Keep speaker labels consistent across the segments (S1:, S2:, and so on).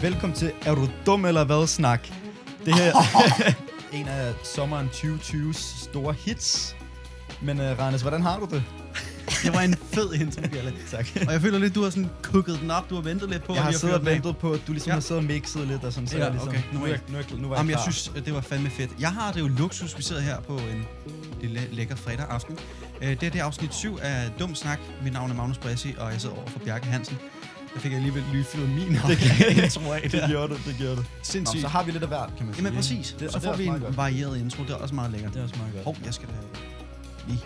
S1: Velkommen til Er du dum eller hvad snak? Det her en af sommeren 2020's store hits. Men uh, Randes, hvordan har du det?
S2: Det var en fed intro, Bjelle.
S1: Tak.
S2: Og jeg føler lidt, du har sådan kukket den op. Du har ventet lidt på,
S1: Jeg
S2: at
S1: har
S2: vi
S1: siddet og
S2: fyret den af.
S1: ventet på, at du ligesom
S2: Ja.
S1: har siddet og mixet lidt, og sådan, så
S2: Ja,
S1: jeg ligesom,
S2: okay. Nu
S1: nu,
S2: er
S1: er jeg,
S2: jeg-
S1: nu, er jeg, nu var jeg
S2: Jamen, jeg
S1: klar.
S2: synes, at det var fandme fedt. Jeg har det jo luksus. Vi sidder her på en lille lækker fredag aften. Øh, Det er det er afsnit 7 af Dum Snak. Mit navn er Magnus Bressi, og jeg sidder over for Bjarke Hansen. Der fik jeg alligevel lige fyret min op.
S1: Det kan-
S2: tror jeg,
S1: det gjorde du, det gjorde du. Nå,
S2: Sindssygt.
S1: så har vi lidt af hvert, kan man sige.
S2: Jamen
S1: ikke?
S2: præcis.
S1: Det,
S2: Det, så
S1: og det er
S2: får vi
S1: også meget
S2: en
S1: godt.
S2: varieret intro. Det er også meget lækkert.
S1: Det er også meget godt.
S2: Hov, jeg skal da lige...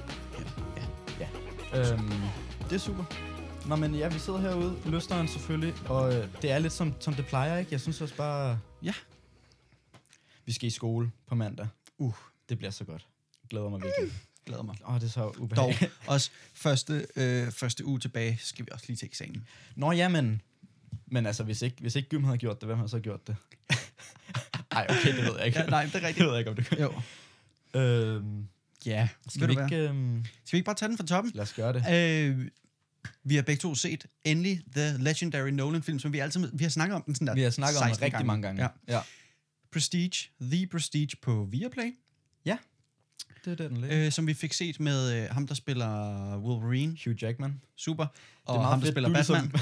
S1: Øhm, det er super. Nå, men ja, vi sidder herude, løsteren selvfølgelig, og øh, det er lidt som, som det plejer, ikke? Jeg synes også bare...
S2: Ja.
S1: Vi skal i skole på mandag.
S2: Uh,
S1: Det bliver så godt. Glæder mig virkelig.
S2: glæder mig.
S1: Åh, oh, det er så
S2: Dog
S1: ubehageligt.
S2: også første, øh, første uge tilbage skal vi også lige til eksamen.
S1: Nå, ja, men... Men altså, hvis ikke, hvis ikke gym havde gjort det, hvem havde så gjort det? Nej, okay, det ved jeg ikke.
S2: Ja, nej, det er
S1: det
S2: rigtigt.
S1: ved jeg ikke, om det kan.
S2: Jo.
S1: Øhm,
S2: Ja, skal,
S1: skal
S2: du
S1: vi
S2: ikke,
S1: ikke... Øhm,
S2: skal vi ikke bare tage den fra toppen?
S1: lad os gøre det.
S2: Øh, vi har begge to set endelig The Legendary Nolan-film, som vi altid vi har snakket om den sådan der
S1: Vi har snakket om det
S2: 16
S1: rigtig mange gange.
S2: Ja.
S1: ja.
S2: Prestige, The Prestige på Viaplay,
S1: Det er det, den ligger.
S2: øh, som vi fik set med øh, ham, der spiller Wolverine,
S1: Hugh Jackman.
S2: super, Øh, og
S1: meget
S2: ham, der
S1: fedt,
S2: spiller
S1: du ligesom-
S2: Batman,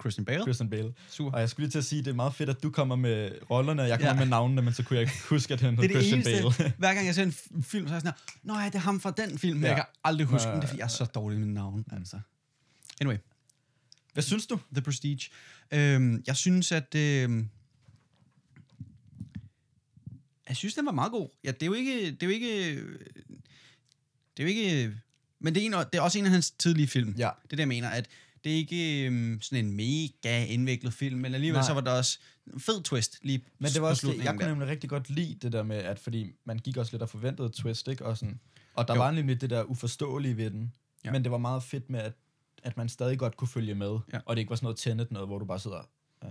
S2: Christian Bale,
S1: Christian Bale.
S2: super.
S1: Og jeg skulle lige til at sige, det er meget fedt, at du kommer med rollerne, og jeg kommer
S2: Ja.
S1: ja. med navnene, men så kunne jeg ikke huske, at han
S2: Det
S1: hed
S2: er det
S1: Christian
S2: eneste,
S1: Bale.
S2: hver gang jeg ser en f- film, så er jeg sådan her, Nå ja, det er ham fra den film, men
S1: Ja.
S2: jeg kan aldrig huske
S1: Nå,
S2: den, det er fordi, jeg er så dårlig med navn, altså. Anyway,
S1: Hvad synes du?
S2: The Prestige. Øhm, jeg synes, at... Øhm, jeg synes, den var meget god. Ja, det er jo ikke... Det er jo ikke... øh, Det er jo ikke... Men det er, en, af- det er også en af hans tidlige film.
S1: Ja.
S2: Det er det, jeg mener, at det er ikke øhm, sådan en mega indviklet film, men alligevel
S1: Nej.
S2: så var der også en fed twist lige
S1: Men det var
S2: på
S1: også det,
S2: slutningen
S1: jeg kunne
S2: der.
S1: nemlig rigtig godt lide det der med, at fordi man gik også lidt og forventede et twist, ikke? Og, sådan, og der
S2: Jo.
S1: jo. var nemlig det der uforståelige ved den.
S2: Ja.
S1: Ja. Men det var meget fedt med, at, at man stadig godt kunne følge med,
S2: Ja.
S1: ja. og det ikke var sådan noget tændet noget, hvor du bare sidder, øh,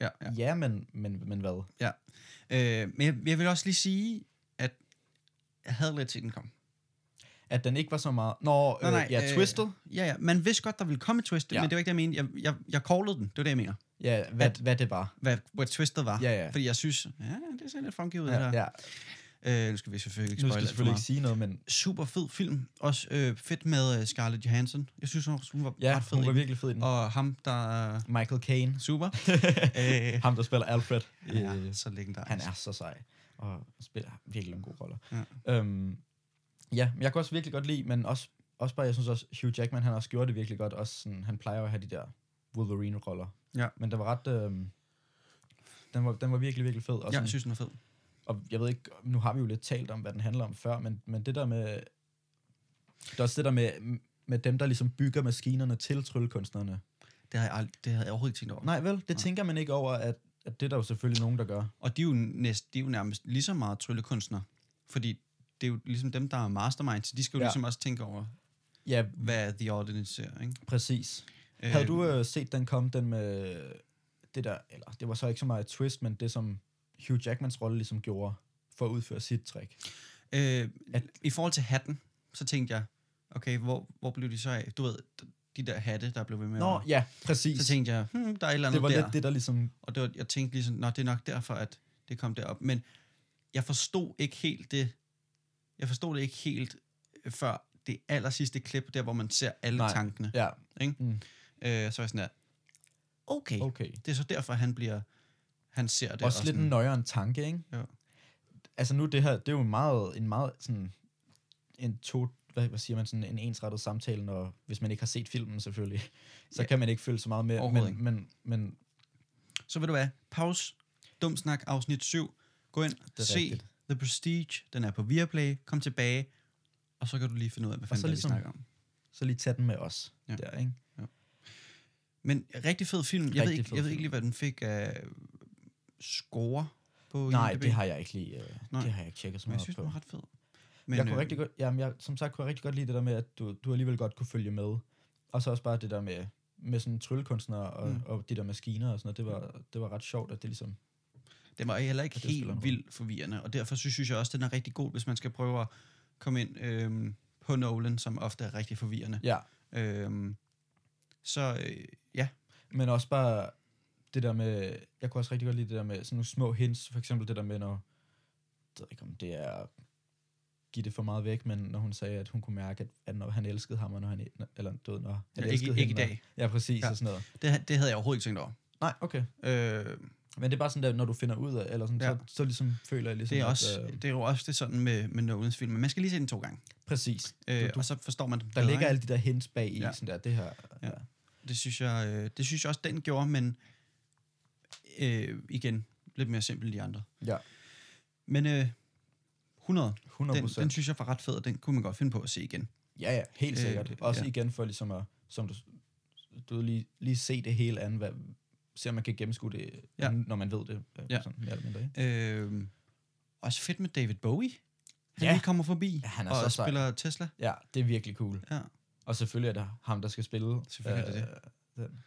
S2: Ja, ja.
S1: ja, ja men, men, men hvad?
S2: Øh, men jeg, jeg vil også lige sige, at jeg havde lidt set den komme.
S1: At den ikke var så meget... Nå, øh, nej, ja, øh, twistet.
S2: Ja, ja. Man vidste godt, der ville komme et twist, ja.
S1: Ja.
S2: men det var ikke det, jeg mente. Jeg, jeg, jeg callede den. Det var det, jeg mener.
S1: Ja, hvad, hvad det var.
S2: Hvad, hvad twistet var.
S1: Ja, ja.
S2: Fordi jeg synes, ja, det ser lidt funky ud, ja, det
S1: Ja,
S2: der.
S1: ja.
S2: Ja. Øh, nu skal vi selvfølgelig ikke
S1: Nu skal
S2: spoil
S1: jeg
S2: alt for
S1: selvfølgelig ikke
S2: meget.
S1: sige noget, men
S2: Super fed film. Også øh, fedt med øh, Scarlett Johansson. Jeg synes, hun, hun var
S1: ja,
S2: ret fed.
S1: hun var
S2: i den.
S1: virkelig fed i den.
S2: Og ham, der... er
S1: Michael Caine.
S2: Super. øh,
S1: Ham, der spiller Alfred.
S2: han er
S1: Øh,
S2: så legendarisk.
S1: han er så sej. Og spiller virkelig nogle gode roller.
S2: Ja.
S1: Øhm, ja, men jeg kunne også virkelig godt lide, men også, også bare, jeg synes også, Hugh Jackman, han også gjorde det virkelig godt. Også sådan, han plejer jo at have de der Wolverine-roller.
S2: Ja.
S1: Men det var ret... Øhm, den var, den var virkelig, virkelig fed. Og,
S2: Ja,
S1: sådan,
S2: jeg synes, den er fed.
S1: og jeg ved ikke, nu har vi jo lidt talt om, hvad den handler om før, men, men det der med... Det er også det der med, med dem, der ligesom bygger maskinerne til tryllekunstnerne.
S2: Det havde jeg, aldrig, det havde jeg overhovedet ikke tænkt over.
S1: Nej vel, det
S2: Nej.
S1: tænker man ikke over, at, at det er der jo selvfølgelig nogen, der gør.
S2: Og de er jo, næst, de er jo nærmest lige så meget tryllekunstnere, fordi det er jo ligesom dem, der er masterminds, så de skal jo ja.
S1: Ja.
S2: ligesom også tænke over,
S1: Ja,
S2: hvad The Audience ser, ikke?
S1: præcis. Havde
S2: Øh,
S1: du øh, set den komme, den med øh, det der, eller det var så ikke så meget et twist, men det som Hugh Jackmans rolle ligesom gjorde for at udføre sit trick.
S2: Øh, at,
S1: At-
S2: I forhold til hatten, så tænkte jeg, okay, hvor, hvor blev de så af? Du ved, d- de der hatte, der blev ved med
S1: Nå,
S2: at,
S1: ja, præcis.
S2: Så tænkte jeg, hmm, der er et eller andet
S1: det var
S2: der.
S1: lidt det, der ligesom...
S2: Og det var, jeg tænkte ligesom, nå, det er nok derfor, at det kom derop. Men jeg forstod ikke helt det. Jeg forstod det ikke helt øh, før det aller sidste klip, der hvor man ser alle Nej.
S1: Nej.
S2: tankene.
S1: Ja,
S2: Øh, så er jeg sådan der, okay. okay.
S1: okay.
S2: Det er så derfor, han bliver, han ser det.
S1: Det også
S2: og
S1: lidt
S2: sådan,
S1: en nøjeren tanke, ikke?
S2: Jo.
S1: Altså nu det her, det er jo meget, en meget sådan, en to, hvad, hvad siger man, sådan en ensrettet samtale, når, hvis man ikke har set filmen selvfølgelig, så
S2: Ja.
S1: ja. kan man ikke følge så meget med.
S2: Overhovedet
S1: Men, men, men
S2: Så ved du hvad, pause, dum snak, afsnit 7. Gå ind,
S1: er
S2: se
S1: rigtigt.
S2: The Prestige, den er på Viaplay, kom tilbage, og så kan du lige finde ud af, hvad
S1: Og så
S2: fanden det er, vi
S1: ligesom-
S2: snakker om.
S1: så lige tag den med os
S2: Ja.
S1: ja. der, ikke?
S2: Men rigtig fed film. Jeg, ved
S1: Rigtig
S2: ikke,
S1: fed
S2: jeg
S1: film.
S2: ved ikke lige, hvad den fik af uh, score på
S1: Nej,
S2: IMDb.
S1: det har jeg ikke lige, øh,
S2: Nej.
S1: det har jeg ikke tjekket så
S2: Men
S1: meget
S2: jeg synes,
S1: på.
S2: den var ret fed.
S1: Men, jeg kunne
S2: øh,
S1: rigtig godt, jamen jeg, som sagt kunne jeg rigtig godt lide det der med, at du, du alligevel godt kunne følge med. Og så også bare det der med, med sådan tryllekunstnere og,
S2: Mm.
S1: mm. og de der maskiner og sådan noget. Det var, det var ret sjovt, at det ligesom...
S2: Den var heller ikke
S1: Og det spiller en
S2: helt
S1: rolle.
S2: vildt forvirrende, og derfor synes, synes jeg også, den er rigtig god, hvis man skal prøve at komme ind øhm, på Nolan, som ofte er rigtig forvirrende.
S1: Ja.
S2: Øhm, så øh, ja,
S1: Men også bare det der med, jeg kunne også rigtig godt lide det der med sådan nogle små hints, for eksempel det der med, når, jeg ved ikke om det er, give det for meget væk, men når hun sagde, at hun kunne mærke, at, at når han elskede ham, og når han, eller du ved, når han
S2: Ikke-
S1: elskede
S2: ikke
S1: hende,
S2: i dag.
S1: Og, ja, præcis,
S2: Ja.
S1: ja. og sådan noget.
S2: Det, det havde jeg overhovedet ikke tænkt over.
S1: Nej, okay.
S2: Øh,
S1: Men det er bare sådan der, når du finder ud af, eller sådan,
S2: Ja.
S1: ja. så, så ligesom føler jeg ligesom,
S2: det, er
S1: at,
S2: også,
S1: øh,
S2: det er jo også det sådan med, med Nolans film, men man skal lige se den to gange,
S1: præcis.
S2: øh,
S1: du,
S2: og
S1: du,
S2: så forstår man den
S1: der
S2: bedre,
S1: ligger
S2: ikke?
S1: alle de der hints bag i,
S2: Ja.
S1: ja. sådan der, det her.
S2: Ja.
S1: Ja.
S2: Det synes jeg, øh, det synes jeg også, den gjorde, men øh, igen, lidt mere simpelt end de andre.
S1: ja.
S2: Men øh, 100,
S1: 100
S2: den, den synes jeg var ret fed, og den kunne man godt finde på at se igen.
S1: Ja, ja, helt
S2: Øh,
S1: sikkert. Også
S2: ja.
S1: ja. igen for ligesom at, som du, du ved, lige, lige se det hele an, hvad, se om man kan gennemskue det,
S2: Ja.
S1: ja. når man ved det, øh,
S2: Ja.
S1: sådan mere eller mindre. Ikke?
S2: Øh, også fedt med David Bowie. Han
S1: Ja.
S2: lige kommer forbi
S1: Ja, han er
S2: og
S1: så sej.
S2: spiller Tesla.
S1: Ja, det er virkelig cool.
S2: Ja.
S1: Og selvfølgelig er det ham, der skal spille.
S2: Selvfølgelig er det
S1: Den.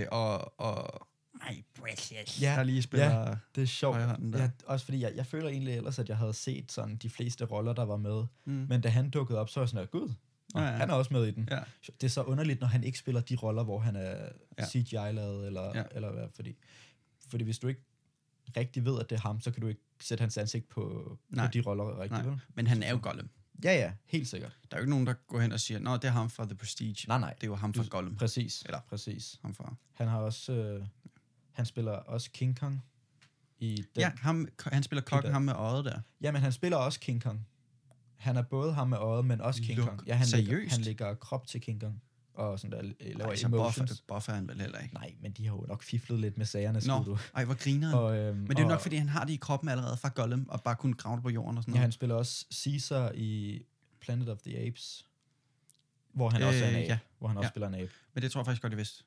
S2: Øh, og, og My Precious,
S1: Ja,
S2: der lige spiller... Ja.
S1: Det er sjovt.
S2: Højrehånden der.
S1: Ja, også fordi jeg, jeg føler egentlig ellers, at jeg havde set sådan de fleste roller, der var med.
S2: Mm.
S1: Men da han dukkede op, så var jeg sådan, at gud, nå,
S2: Ja,
S1: ja,
S2: ja.
S1: ja. han er også med i den.
S2: Ja.
S1: Det er så underligt, når han ikke spiller de roller, hvor han er
S2: Ja.
S1: ja. CGI-lavet, eller,
S2: Ja.
S1: ja. eller hvad, fordi, fordi hvis du ikke rigtig ved, at det er ham, så kan du ikke sætte hans ansigt på, på
S2: Nej.
S1: de roller rigtigt,
S2: Nej.
S1: vel?
S2: Men han er jo Gollum.
S1: Ja, ja, helt sikkert.
S2: Der er jo ikke nogen, der går hen og siger, Nå, det er ham fra The Prestige.
S1: Nej, nej,
S2: Det er jo ham fra Gollum.
S1: præcis.
S2: Eller-
S1: Eller? Præcis.
S2: Ham fra.
S1: Han har også, øh, han spiller også King Kong i den.
S2: Ja, ham, han spiller kokken,
S1: Peter.
S2: ham med øjet der.
S1: Jamen, han spiller også King Kong. Han er både ham med øjet, men også King
S2: Luk.
S1: Kong. Ja, han
S2: Seriøst?
S1: Lægger, han lægger krop til King Kong, og sådan der, øh, laver
S2: Ej,
S1: Ej,
S2: så buffer,
S1: emotions.
S2: buffer han vel heller ikke.
S1: Nej, men de har jo nok fiflet lidt med sagerne,
S2: Nå,
S1: skulle du.
S2: ej, hvor grineren.
S1: Og, øhm,
S2: Men det er jo
S1: og,
S2: nok, fordi han har det i kroppen allerede fra Gollum, og bare kunne grave det på jorden og sådan
S1: Ja,
S2: noget.
S1: han spiller også Caesar i Planet of the Apes, hvor han øh, også er en
S2: Øh,
S1: abe.
S2: ja.
S1: Ja. Hvor han også
S2: Ja.
S1: ja. spiller en abe.
S2: Men det tror jeg faktisk godt, jeg vidste.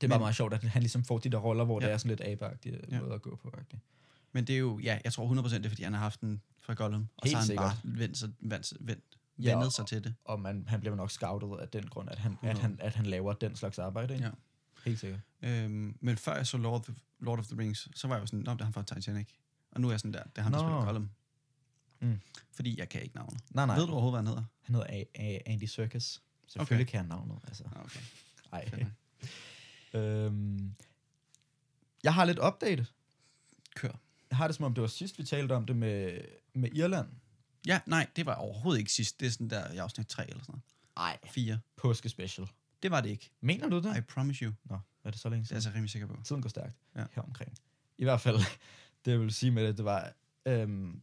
S1: Det er bare
S2: Men-
S1: meget sjovt, at han ligesom får de der roller, hvor
S2: Ja.
S1: ja. det er sådan lidt abeagtige
S2: Ja.
S1: ja. måde at gå på. -agtigt.
S2: Men det er jo, ja, jeg tror 100% det er, fordi han har haft den fra Gollum, og så
S1: Helt
S2: har han
S1: sikkert.
S2: bare vendt sig, vendt, sig- vendt,
S1: Ja,
S2: vendet
S1: og-
S2: sig til det.
S1: Og man, han bliver nok scoutet af den grund, at han, at
S2: Hundrede.
S1: han, at han laver den slags arbejde. Ikke?
S2: Ja.
S1: Helt sikkert.
S2: Øhm, men før jeg så Lord of, the, Lord of the Rings, så var jeg jo sådan, Nå, det er ham fra Titanic. Og nu er jeg sådan der, det er ham, der
S1: Nå.
S2: spiller Gollum.
S1: Mm.
S2: Fordi jeg kan ikke navnet.
S1: Nej, nej.
S2: Ved du overhovedet, hvad han hedder?
S1: Han hedder A- A- Andy Serkis. Selvfølgelig okay. kan han navnet. Altså.
S2: Ah, Okay.
S1: Ej.
S2: Fedt nok.
S1: øhm, jeg har lidt update.
S2: Kør.
S1: Jeg har det, som om det var sidst, vi talte om det med, med Irland.
S2: Ja, nej, det var overhovedet ikke sidst. Det er sådan der i afsnit 3 eller sådan noget.
S1: Nej.
S2: 4.
S1: Påskespecial.
S2: Det var det ikke.
S1: Mener du det?
S2: I promise you.
S1: Nå, er det så længe
S2: Det er jeg
S1: siden?
S2: så rimelig sikker på.
S1: Tiden går stærkt
S2: Ja.
S1: ja. her omkring. I hvert fald, det jeg vil sige med det, det var, øhm,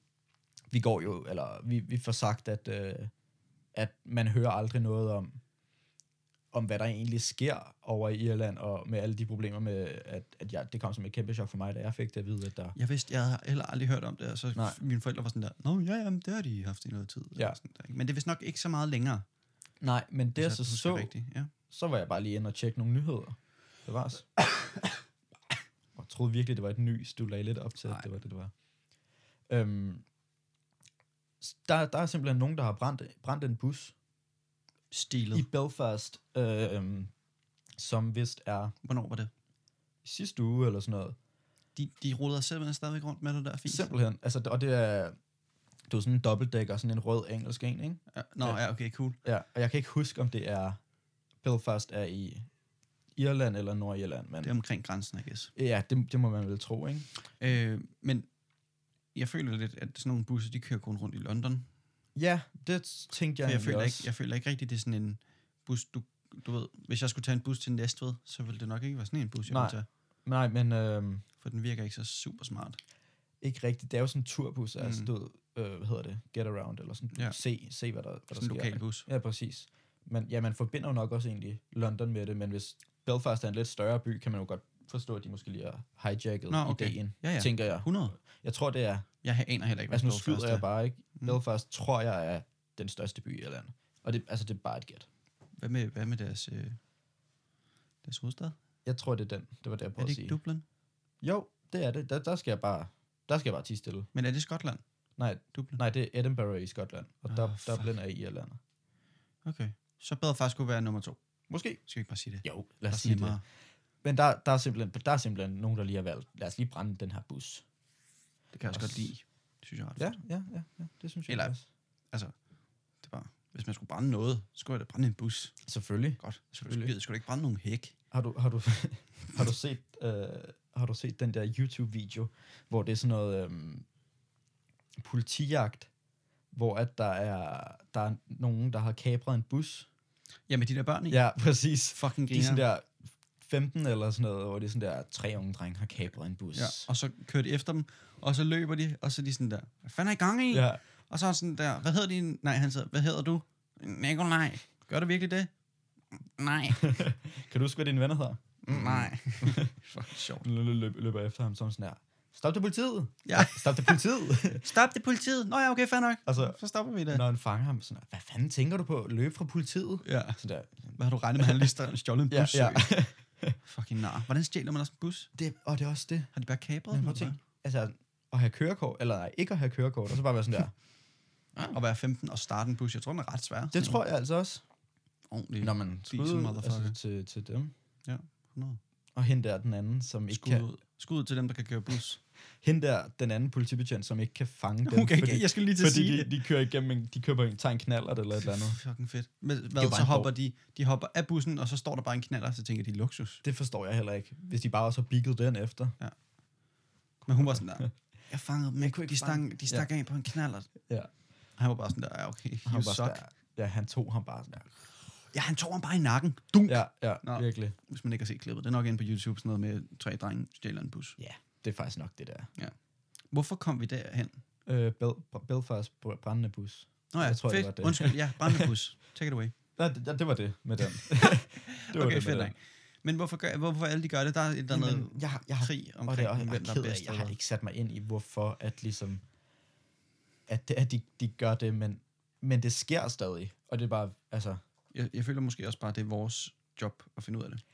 S1: vi går jo, eller vi, vi får sagt, at, øh, at man hører aldrig noget om, om hvad der egentlig sker over i Irland, og med alle de problemer med, at, at jeg, det kom som et kæmpe chok for mig, da jeg fik det at vide, at der...
S2: Jeg vidste, jeg havde heller aldrig hørt om det, og så
S1: Nej.
S2: mine forældre var sådan der, Nå, ja, jamen, det har de haft i noget tid. eller
S1: Ja.
S2: Sådan der. ikke? Men det er vist nok ikke så meget længere.
S1: Nej, men det jeg så
S2: husker
S1: så,
S2: Rigtigt. Ja.
S1: så var jeg bare lige inde og tjekke nogle nyheder. Det var os. jeg troede virkelig, det var et nys, du lagde lidt op til,
S2: Nej.
S1: at det var det, det var. Øhm, s- der, der er simpelthen nogen, der har brændt, brændt en bus
S2: Stilet.
S1: i Belfast, øh, øhm, som vist er
S2: Hvornår var det?
S1: i sidste uge eller sådan noget.
S2: De, de rullede simpelthen stadigvæk rundt med det der fint.
S1: Simpelthen. Altså, og det er, det er sådan en dobbeltdækker, sådan en rød engelsk en, ikke?
S2: Ja. Nå, ja, okay, cool.
S1: Ja, og jeg kan ikke huske, om det er Belfast er i Irland eller Nordirland, men
S2: Det er omkring grænsen, I guess.
S1: ja, det, det må man vel tro, ikke?
S2: Øh, men jeg føler lidt, at sådan nogle busser, de kører kun rundt i London.
S1: Ja, det tænkte jeg,
S2: Ja, jeg,
S1: egentlig
S2: føler
S1: også.
S2: ikke, jeg føler ikke rigtigt, det er sådan en bus, du, du ved. Hvis jeg skulle tage en bus til Næstved, så ville det nok ikke være sådan en bus, jeg
S1: Nej.
S2: ville tage.
S1: Nej, men øh,
S2: For den virker ikke så super smart.
S1: ikke rigtigt. Det er jo sådan en turbus, altså
S2: Mm.
S1: du ved, øh, hvad hedder det, get around, eller sådan,
S2: Ja.
S1: ja. se, se hvad der, hvad der
S2: Sådan en
S1: sker.
S2: lokal bus.
S1: Ja, præcis. Men ja, man forbinder jo nok også egentlig London med det, men hvis Belfast er en lidt større by, kan man jo godt forstå, at de måske lige har hijacket
S2: Nå, okay.
S1: ideen,
S2: Ja, ja.
S1: tænker jeg.
S2: 100.
S1: Jeg tror, det er,
S2: Jeg aner heller ikke, hvad
S1: altså nu
S2: Belfast
S1: skyder
S2: er.
S1: jeg bare, ikke?
S2: Mm.
S1: Belfast tror jeg er den største by i Irland. Og det, altså, det er bare et gæt.
S2: Hvad med, hvad med deres, øh, deres hovedstad?
S1: Jeg tror, det er den. Det var det, jeg
S2: Er
S1: prøvede
S2: det
S1: at sige.
S2: ikke Dublin?
S1: Jo, det er det. Der, der skal jeg bare, der skal jeg bare tige stille.
S2: Men er det Skotland?
S1: Nej,
S2: Dublin?
S1: Nej, det er Edinburgh i Skotland, og
S2: Ah,
S1: oh, Dub-
S2: fuck.
S1: Dublin er i Irland.
S2: Okay. Så bedre faktisk kunne være nummer to.
S1: Måske.
S2: Skal vi ikke bare sige det?
S1: Jo, lad os
S2: Der er
S1: sige det.
S2: nemmere.
S1: Men der, der, er simpelthen, der er simpelthen nogen, der lige har valgt, lad os lige brænde den her bus.
S2: Det kan jeg også godt
S1: Også-
S2: lide. Det synes jeg er ret fedt.
S1: ja, ja, ja, det synes
S2: Eller-
S1: også.
S2: Altså, det er bare Hvis man skulle brænde noget, så skulle jeg da brænde en bus.
S1: Selvfølgelig.
S2: Godt. Så skulle,
S1: Selvfølgelig.
S2: jeg skulle da ikke brænde nogen hæk.
S1: Har du, har du, har du, set, øh, har du set den der YouTube-video, hvor det er sådan noget øh, politijagt, hvor at der er, der er nogen, der har kapret en bus.
S2: Ja, med de der børn i.
S1: Ja, præcis.
S2: Fucking
S1: De er sådan
S2: griner.
S1: der 15 eller sådan noget, hvor det er sådan der, tre unge drenge har kapret en bus.
S2: Ja, og så kører de efter dem, og så løber de, og så er de sådan der, hvad fanden er I gang i?
S1: ja.
S2: Og så er han sådan der, hvad hedder din... Nej, han siger, hvad hedder du? Nikolaj. Gør du virkelig det? Nej,
S1: Kan du huske, hvad dine venner hedder?
S2: nej. Fuck, sjovt.
S1: Lø- lø- lø- Løber efter ham som sådan der, stop til politiet!
S2: Ja.
S1: Stop til politiet!
S2: Stop det politiet. Nå ja, okay, fair nok.
S1: Altså,
S2: Så stopper vi det.
S1: når han fanger ham, sådan, hvad fanden tænker du på? Løb fra politiet?
S2: Ja.
S1: Så der,
S2: Hvad har du regnet med, han lige stjal- stjålet en
S1: Ja,
S2: bus?
S1: ja.
S2: Fucking nar. Hvordan stjæler man også en bus?
S1: det, og det er også det.
S2: Har de bare kapret
S1: Man
S2: den?
S1: må
S2: eller
S1: tænke, altså, at have kørekort, eller nej, ikke at have kørekort, og så bare være sådan der.
S2: hvad? At være 15 og starte en bus. Jeg tror, den er ret svær.
S1: Det tror jeg altså også,
S2: Ordentligt.
S1: når man
S2: Diesel
S1: skal ud
S2: motherfucker.
S1: altså, til, til dem.
S2: 100.
S1: Og hende der den anden, som ikke
S2: Skud
S1: kan,
S2: ud. Skud ud til dem, der kan køre bus.
S1: hende der den anden politibetjent, som ikke kan fange dem,
S2: Okay,
S1: fordi,
S2: jeg skulle lige til at
S1: fordi
S2: sige det.
S1: de, de, kører igennem, en, de kører på en, tager en knallert eller et eller andet.
S2: Fucking fedt. Men
S1: Det er
S2: hvad,
S1: bare
S2: så
S1: en
S2: hopper de, de hopper af bussen, og så står der bare en knaller, så tænker de luksus.
S1: Det forstår jeg heller ikke, hvis de bare også har bigget den efter.
S2: Men hun var sådan der, jeg fangede dem, jeg kunne ikke de,
S1: fange
S2: stang, de stak af på en knaller.
S1: Ja.
S2: Og han var bare sådan der, ja okay,
S1: Han
S2: you
S1: var
S2: suck.
S1: bare sådan der, ja, han tog ham bare sådan der.
S2: Ja, han tog ham bare i nakken. Dunk. Ja.
S1: Ja, ja,
S2: Nå.
S1: virkelig.
S2: Hvis man ikke har set klippet. Det er nok inde på YouTube, sådan noget med tre drenge stjæler en bus.
S1: Ja, det er faktisk nok det der.
S2: Hvorfor kom vi derhen?
S1: Øh, Bel- Belfast br- brændende bus.
S2: Nå ja,
S1: Jeg tror, det
S2: fedt.
S1: var det.
S2: Undskyld, ja, bare en bus. Take it away.
S1: Ja, det, ja, det var det med den. det
S2: okay,
S1: med
S2: fedt
S1: den.
S2: nok. Men hvorfor, gør, hvorfor alle de gør det? Der er et eller andet
S1: Jamen, jeg, har- jeg har,
S2: krig
S1: og det
S2: omkring,
S1: er også, jeg,
S2: hvem
S1: er
S2: der er
S1: ked af,
S2: bedst.
S1: jeg har
S2: eller-
S1: ikke sat mig ind i, hvorfor at ligesom, at, det, at de, de gør det, men, men det sker stadig. Og det er bare, altså,
S2: Jeg, jeg føler måske også bare, det er vores job at finde ud af det.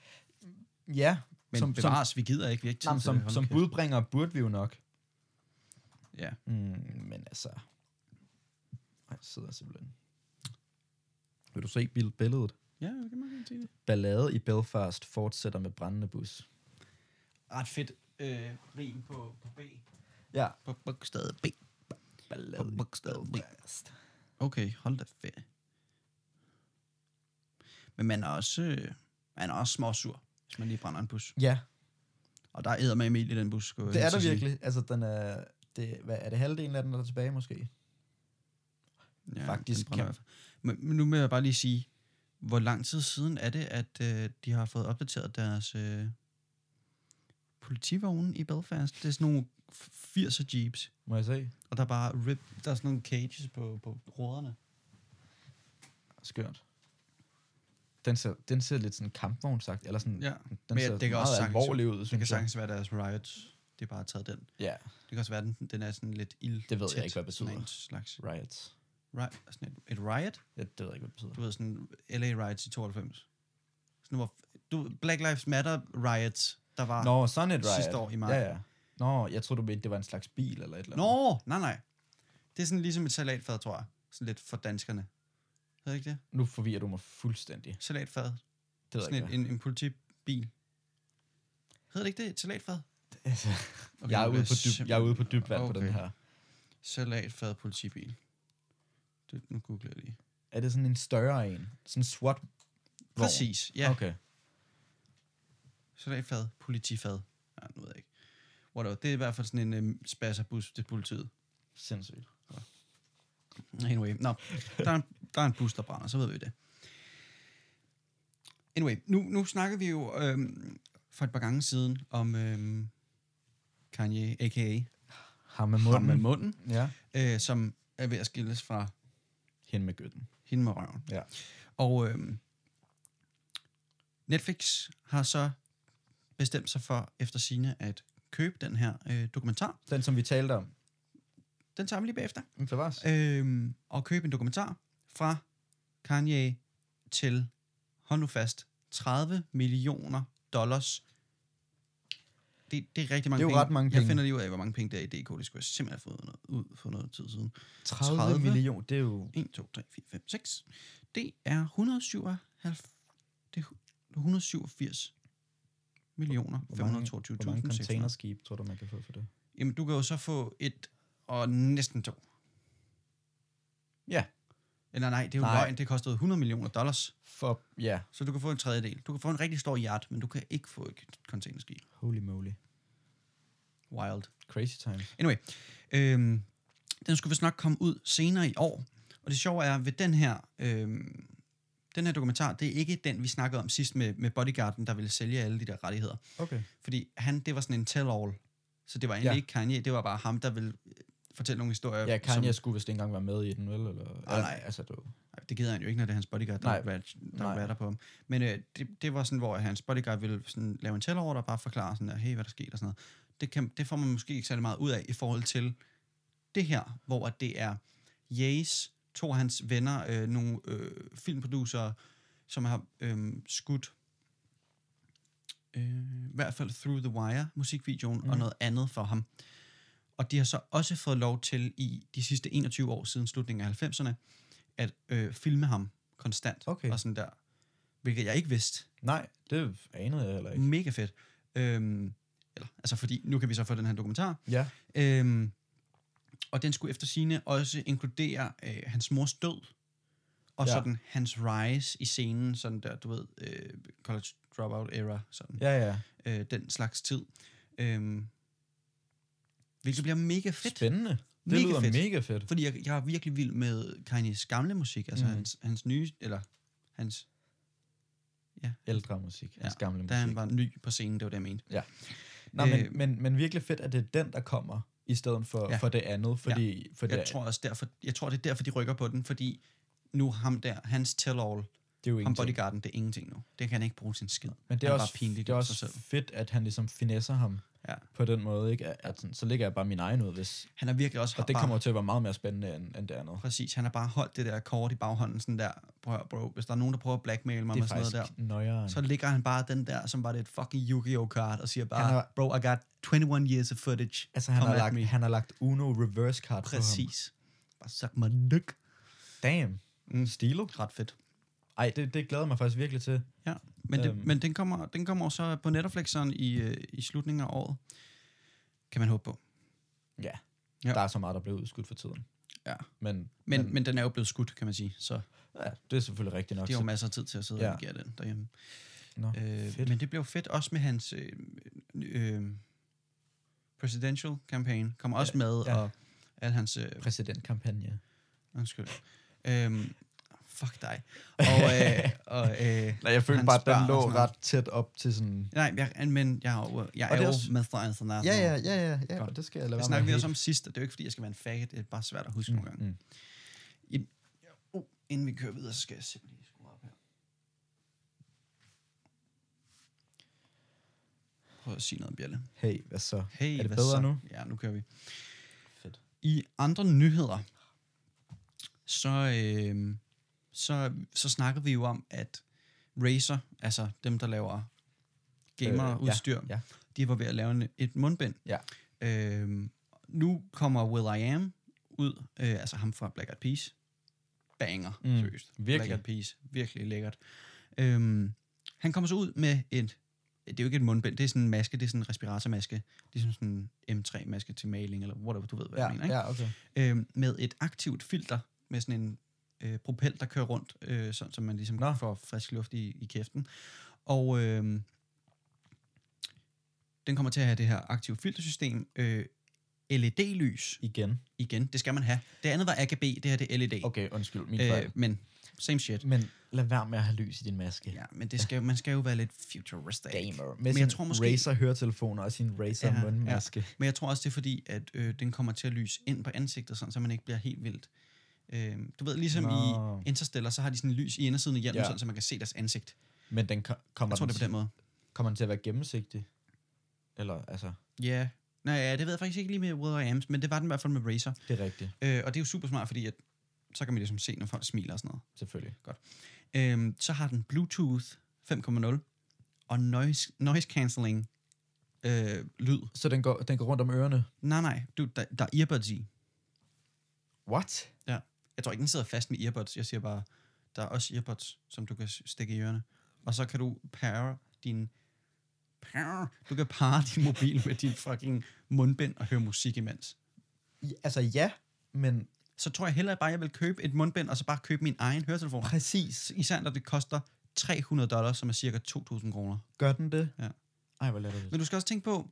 S1: ja,
S2: Men
S1: som,
S2: som, bevares, som, vi gider ikke, vi har ikke tid
S1: som, nej,
S2: til
S1: som,
S2: det. Hold
S1: som
S2: nu kæft.
S1: budbringer burde vi jo nok.
S2: Ja,
S1: Mm, men altså, Ej, jeg sidder simpelthen. Vil du se bill- billedet?
S2: ja jeg kan meget godt se det.
S1: Ballade i Belfast fortsætter med brændende bus.
S2: Ret fedt øh, rim på, på B.
S1: Ja.
S2: På bogstavet B.
S1: Ballade
S2: i
S1: Belfast.
S2: Okay, hold da ferie. Men man er også, øh, man er også småsur, hvis man lige brænder en bus.
S1: Ja,
S2: Og der æder med Emil i den bus. skulle jeg
S1: det er
S2: hilse at
S1: der
S2: sige.
S1: virkelig. Altså, den er, det, hvad, er det halvdelen af den, der er tilbage måske?
S2: Ja,
S1: Faktisk
S2: den brænder
S1: kan-
S2: i hvert fald. Men, men nu må jeg bare lige sige, hvor lang tid siden er det, at øh, de har fået opdateret deres øh, politivogne i Belfast? Det er sådan nogle 80'er jeeps,
S1: Må jeg se?
S2: og der er bare rip, der er sådan nogle cages på, på ruderne.
S1: Skørt. Den ser, den ser lidt sådan kampvognsagt, eller sådan,
S2: Ja,
S1: den
S2: men
S1: ser
S2: det kan
S1: meget
S2: også sagtens-
S1: alvorlig ud,
S2: det kan
S1: synes jeg.
S2: sagtens være deres riots. Det er bare taget den.
S1: Ja,
S2: Det kan også være, den, den er sådan lidt ild.
S1: Det ved jeg ikke, hvad betyder.
S2: Sådan en slags
S1: riots.
S2: ri- sådan et, et riot.
S1: Ja, det ved jeg ikke, hvad det betyder.
S2: Du ved, sådan LA riots i 92. Sådan, hvor, du, Black Lives Matter riots, der var...
S1: Nå, sådan et riot.
S2: sidste år i maj.
S1: Ja, ja. Nå, jeg troede, du mente, det var en slags bil eller et eller andet.
S2: Nå, nej, nej. Det er sådan ligesom et salatfad, tror jeg. Sådan lidt for danskerne. Hedder ikke det?
S1: Nu forvirrer du mig fuldstændig.
S2: Salatfad.
S1: Det ved jeg
S2: Sådan
S1: ikke,
S2: et, en, en politibil. Hedder det ikke det? Et salatfad?
S1: hvad- altså,
S2: Okay,
S1: jeg, er
S2: nu
S1: ude
S2: bliver
S1: på dyb, jeg er ude på dyb vand på
S2: Okay.
S1: den her.
S2: Salatfad politibil. Det, nu googler jeg lige.
S1: Er det sådan en større en? Sådan en SWAT? -vogn?
S2: Præcis, ja.
S1: Okay.
S2: Salatfad, politifad. Nej, nu ved jeg ikke. Whatever. Det er i hvert fald sådan en um, spasserbus til politiet.
S1: Sindssygt.
S2: Anyway, nå. Der er, en, der er en bus, der brænder, så ved vi det. Anyway, nu, nu snakker vi jo øhm, for et par gange siden om øhm, Kanye, a.k.a.
S1: Ham med
S2: Ham
S1: munden.
S2: med munden,
S1: Ja.
S2: øh, som er ved at skilles fra
S1: Hende med gøtten.
S2: hende med røven.
S1: Ja.
S2: Og øhm, Netflix har så bestemt sig for efter sine at købe den her øh, dokumentar.
S1: Den, som vi talte om.
S2: Den tager vi lige bagefter.
S1: En klavars.
S2: øhm, og købe en dokumentar fra Kanye til, hold nu fast, 30 millioner dollars. Det, det er rigtig mange
S1: Det er jo
S2: penge.
S1: ret mange
S2: Jeg
S1: penge.
S2: finder lige ud af, hvor mange penge der er i DK. Det skulle jeg simpelthen have fået noget, ud for noget tid siden.
S1: 30,
S2: 30
S1: millioner, det er jo...
S2: 1, 2, 3, 4, 5, 6. Det er 177, det er 187 millioner
S1: Hvor mange- Hvor mange
S2: 522.000.
S1: containerskib tror du, man kan få for det?
S2: Jamen, du kan jo så få et og næsten to.
S1: Ja.
S2: Eller nej, det er jo
S1: Nej.
S2: løgn. Det kostede 100 millioner dollars.
S1: For, ja,
S2: Så du kan få en tredjedel. Du kan få en rigtig stor yacht, men du kan ikke få et containerskib.
S1: holy moly.
S2: Wild.
S1: Crazy times.
S2: Anyway, øhm, den skulle vist nok komme ud senere i år. Og det sjove er, ved den her, øhm, den her dokumentar, det er ikke den, vi snakkede om sidst med, med Bodyguarden, der ville sælge alle de der rettigheder.
S1: Okay.
S2: Fordi han, det var sådan en tell-all. Så det var egentlig
S1: Ja.
S2: ja. ikke Kanye, det var bare ham, der ville øh, fortælle nogle historier.
S1: Ja, Kanye
S2: som-
S1: skulle vist ikke engang være med i den, vel? Eller,
S2: Ah, nej.
S1: Altså, du,
S2: Ej, det gider han jo ikke, når det er hans bodyguard, der,
S1: Nej.
S2: nej, rat, der
S1: Nej.
S2: ratter på ham. Men øh, det, det var sådan, hvor hans bodyguard ville sådan, lave en tell-over, der bare forklare sådan der, hey, hvad der skete og sådan noget. Det, kan, det får man måske ikke særlig meget ud af i forhold til det her, hvor at det er Jays, to af hans venner, øh, nogle øh, filmproducere, som har øh, skudt øh, i hvert fald Through the Wire musikvideoen mm. og
S1: Mhm.
S2: noget andet for ham. Og de har så også fået lov til i de sidste 21 år siden slutningen af 90'erne at øh, filme ham konstant
S1: Okay.
S2: og sådan der. Hvilket jeg ikke vidste.
S1: nej, det anede jeg heller ikke.
S2: Mega fedt. Øhm, eller, altså fordi nu kan vi så få den her dokumentar.
S1: Ja.
S2: Øhm, og den skulle efter sine også inkludere øh, hans mors død, og
S1: Ja.
S2: ja. sådan hans rise i scenen, sådan der, du ved, øh, college dropout era, sådan,
S1: Ja, ja.
S2: ja. øh, den slags tid. Øhm, hvilket bliver mega fedt,
S1: Spændende. Det
S2: Mega
S1: mega lyder
S2: fedt.
S1: fedt. mega fedt.
S2: fordi jeg, jeg er virkelig vild med Kanye's gamle musik, altså
S1: Mhm.
S2: mm. hans, hans nye, eller hans,
S1: Ældre musik. Ja. Hans gamle
S2: da han
S1: musik.
S2: var ny på scenen, det var det, jeg mente.
S1: Nej, men,
S2: øh,
S1: men, men virkelig fedt, at det er den, der kommer, i stedet for,
S2: Ja.
S1: ja. for det andet. Fordi, ja. for det,
S2: Jeg tror også derfor, jeg tror, det er derfor, de rykker på den, fordi nu ham der, hans
S1: det er
S2: tell-all,
S1: jo
S2: Ham
S1: ingenting.
S2: bodyguarden, det er ingenting nu. Det kan han ikke bruge sin skid.
S1: Men det
S2: Han
S1: er,
S2: er
S1: også,
S2: bare pinlig
S1: det er
S2: for sig
S1: også fedt, at han ligesom finesser ham
S2: Ja.
S1: på den måde. Ikke? At, at sådan, så ligger jeg bare min egen ud, hvis...
S2: Han har virkelig også
S1: Og det
S2: bare,
S1: kommer jo til at være meget mere spændende end, end det andet.
S2: Præcis, han har bare holdt det der kort i baghånden, sådan der, prøv, at høre, bro, hvis der er nogen, der prøver at blackmail mig
S1: Det
S2: med
S1: er
S2: sådan noget der,
S1: faktisk nøjere.
S2: så ligger han bare den der, som var det et fucking Yu-Gi-Oh! kart, og siger bare,
S1: Han har-
S2: bro, I got 21 years of footage.
S1: Altså, han
S2: Come
S1: har, lagt,
S2: at me.
S1: han har lagt Uno reverse card
S2: Præcis. Bare suck my dick.
S1: på ham. Damn.
S2: Mm.
S1: Stilo.
S2: Ret fedt.
S1: Ej, det, det glæder jeg mig faktisk virkelig til.
S2: Ja, men, det,
S1: Øhm.
S2: men den kommer, den kommer så på Netflixeren i, øh, i slutningen af året. Kan man håbe på.
S1: Ja.
S2: Ja.
S1: ja. Der er så meget, der bliver udskudt for tiden.
S2: Ja.
S1: Men,
S2: Men, men, men den er jo blevet skudt, kan man sige, så
S1: ja, det er selvfølgelig rigtigt nok.
S2: det er jo
S1: så-
S2: masser af tid til at sidde ja.
S1: Ja.
S2: og redigere den derhjemme.
S1: Nå,
S2: Øh,
S1: fedt.
S2: men det blev fedt også med hans øh, øh, presidential campaign. Kommer også ja, med,
S1: ja.
S2: ja. og al hans... Øh,
S1: Præsidentkampagne.
S2: undskyld. Øhm, fuck dig. Og, øh, og, øh,
S1: Nej, jeg følte
S2: Hans
S1: bare, at den
S2: børn og
S1: lå
S2: sådan noget.
S1: ret tæt op til sådan...
S2: nej, jeg, men jeg, er jo- jeg
S1: Og
S2: er
S1: det
S2: jo
S1: er
S2: også,
S1: også-
S2: med fra Anthony.
S1: Ja, ja, ja, ja, ja
S2: Godt.
S1: og det skal jeg lade
S2: Det
S1: være
S2: snakkede vi
S1: at
S2: også
S1: hate.
S2: om sidst, og det er jo ikke, fordi jeg skal være en faggot. Det er bare svært at huske nogle gange.
S1: Mm.
S2: Uh, inden vi kører videre, så skal jeg simpelthen lige skrue op her. Prøv at sige noget, Bjelle.
S1: Hey, hvad så?
S2: Hey,
S1: Er det
S2: hvad
S1: bedre
S2: så?
S1: nu?
S2: Ja, nu kører vi.
S1: Fedt.
S2: I andre nyheder, så, øh, så, så snakker vi jo om, at Razer, altså dem, der laver gamerudstyr, øh,
S1: ja.
S2: de var ved at lave en, et mundbind.
S1: Ja.
S2: Øh, nu kommer Will I Am ud, øh, altså ham fra Black Eyed Peas. Banger,
S1: Mm,
S2: seriøst. Black
S1: virkelig.
S2: Eyed Peas, virkelig lækkert. Øhm, han kommer så ud med et, det er jo ikke et mundbind, det er sådan en maske, det er sådan en respiratormaske, ligesom sådan en M3-maske til maling, eller whatever, du ved, hvad
S1: Ja,
S2: jeg mener, ikke?
S1: ja, okay.
S2: øhm, med et aktivt filter, med sådan en øh, propel, der kører rundt, øh, sådan, så man ligesom Nå.
S1: Nå.
S2: får frisk luft i, i kæften. Og øh, den kommer til at have det her aktive filtersystem, øh, LED-lys
S1: Igen.
S2: igen, det skal man have. Det andet var AGB, det her det er LED.
S1: Okay, undskyld, min fejl.
S2: øh, men same shit.
S1: Men lad være med at have lys i din maske.
S2: Ja, men det skal, jo- man skal jo være lidt futuristic.
S1: Gamer. Med
S2: Men
S1: sin
S2: jeg tror måske,
S1: Razer høretelefoner og sin Razer
S2: Ja,
S1: ja,
S2: ja.
S1: mundmaske.
S2: Men jeg tror også, det er fordi, at øh, den kommer til at lyse ind på ansigtet, sådan, så man ikke bliver helt vildt. Øh, du ved, ligesom Nå.
S1: Nå.
S2: i Interstellar, så har de sådan lys i indersiden af hjelmen, ja.
S1: Ja.
S2: sådan, så man kan se deres ansigt.
S1: Men den ko- kommer,
S2: Jeg tror,
S1: den
S2: det er på den måde.
S1: kommer den til at være gennemsigtig? Eller, altså,
S2: Ja. Nej, ja, det ved jeg faktisk ikke lige med Will I Ams, men det var den i hvert fald med Razer.
S1: det er rigtigt,
S2: Øh, og det er jo super smart, fordi at, så kan man ligesom se, når folk smiler og sådan
S1: selvfølgelig.
S2: noget. Øh, så har den Bluetooth 5.0 og noise, noise cancelling øh, lyd.
S1: Så den går, den går rundt om ørerne?
S2: Nej, nej, du, der, der er earbuds i.
S1: What?
S2: jeg tror ikke, den sidder fast med earbuds. Jeg siger bare, der er også earbuds, som du kan s- stikke i ørerne. Og så kan du pare din... Pare, du kan pare din mobil med din fucking mundbind og høre musik imens.
S1: I, altså, ja, men
S2: så tror jeg hellere bare, at jeg vil købe et mundbind, og så bare købe min egen høretelefon.
S1: Præcis.
S2: Især når det koster 300 dollars, som er cirka 2.000 kroner.
S1: Gør den det?
S2: Ja.
S1: Ej, hvor lækkert.
S2: Men du skal også tænke på,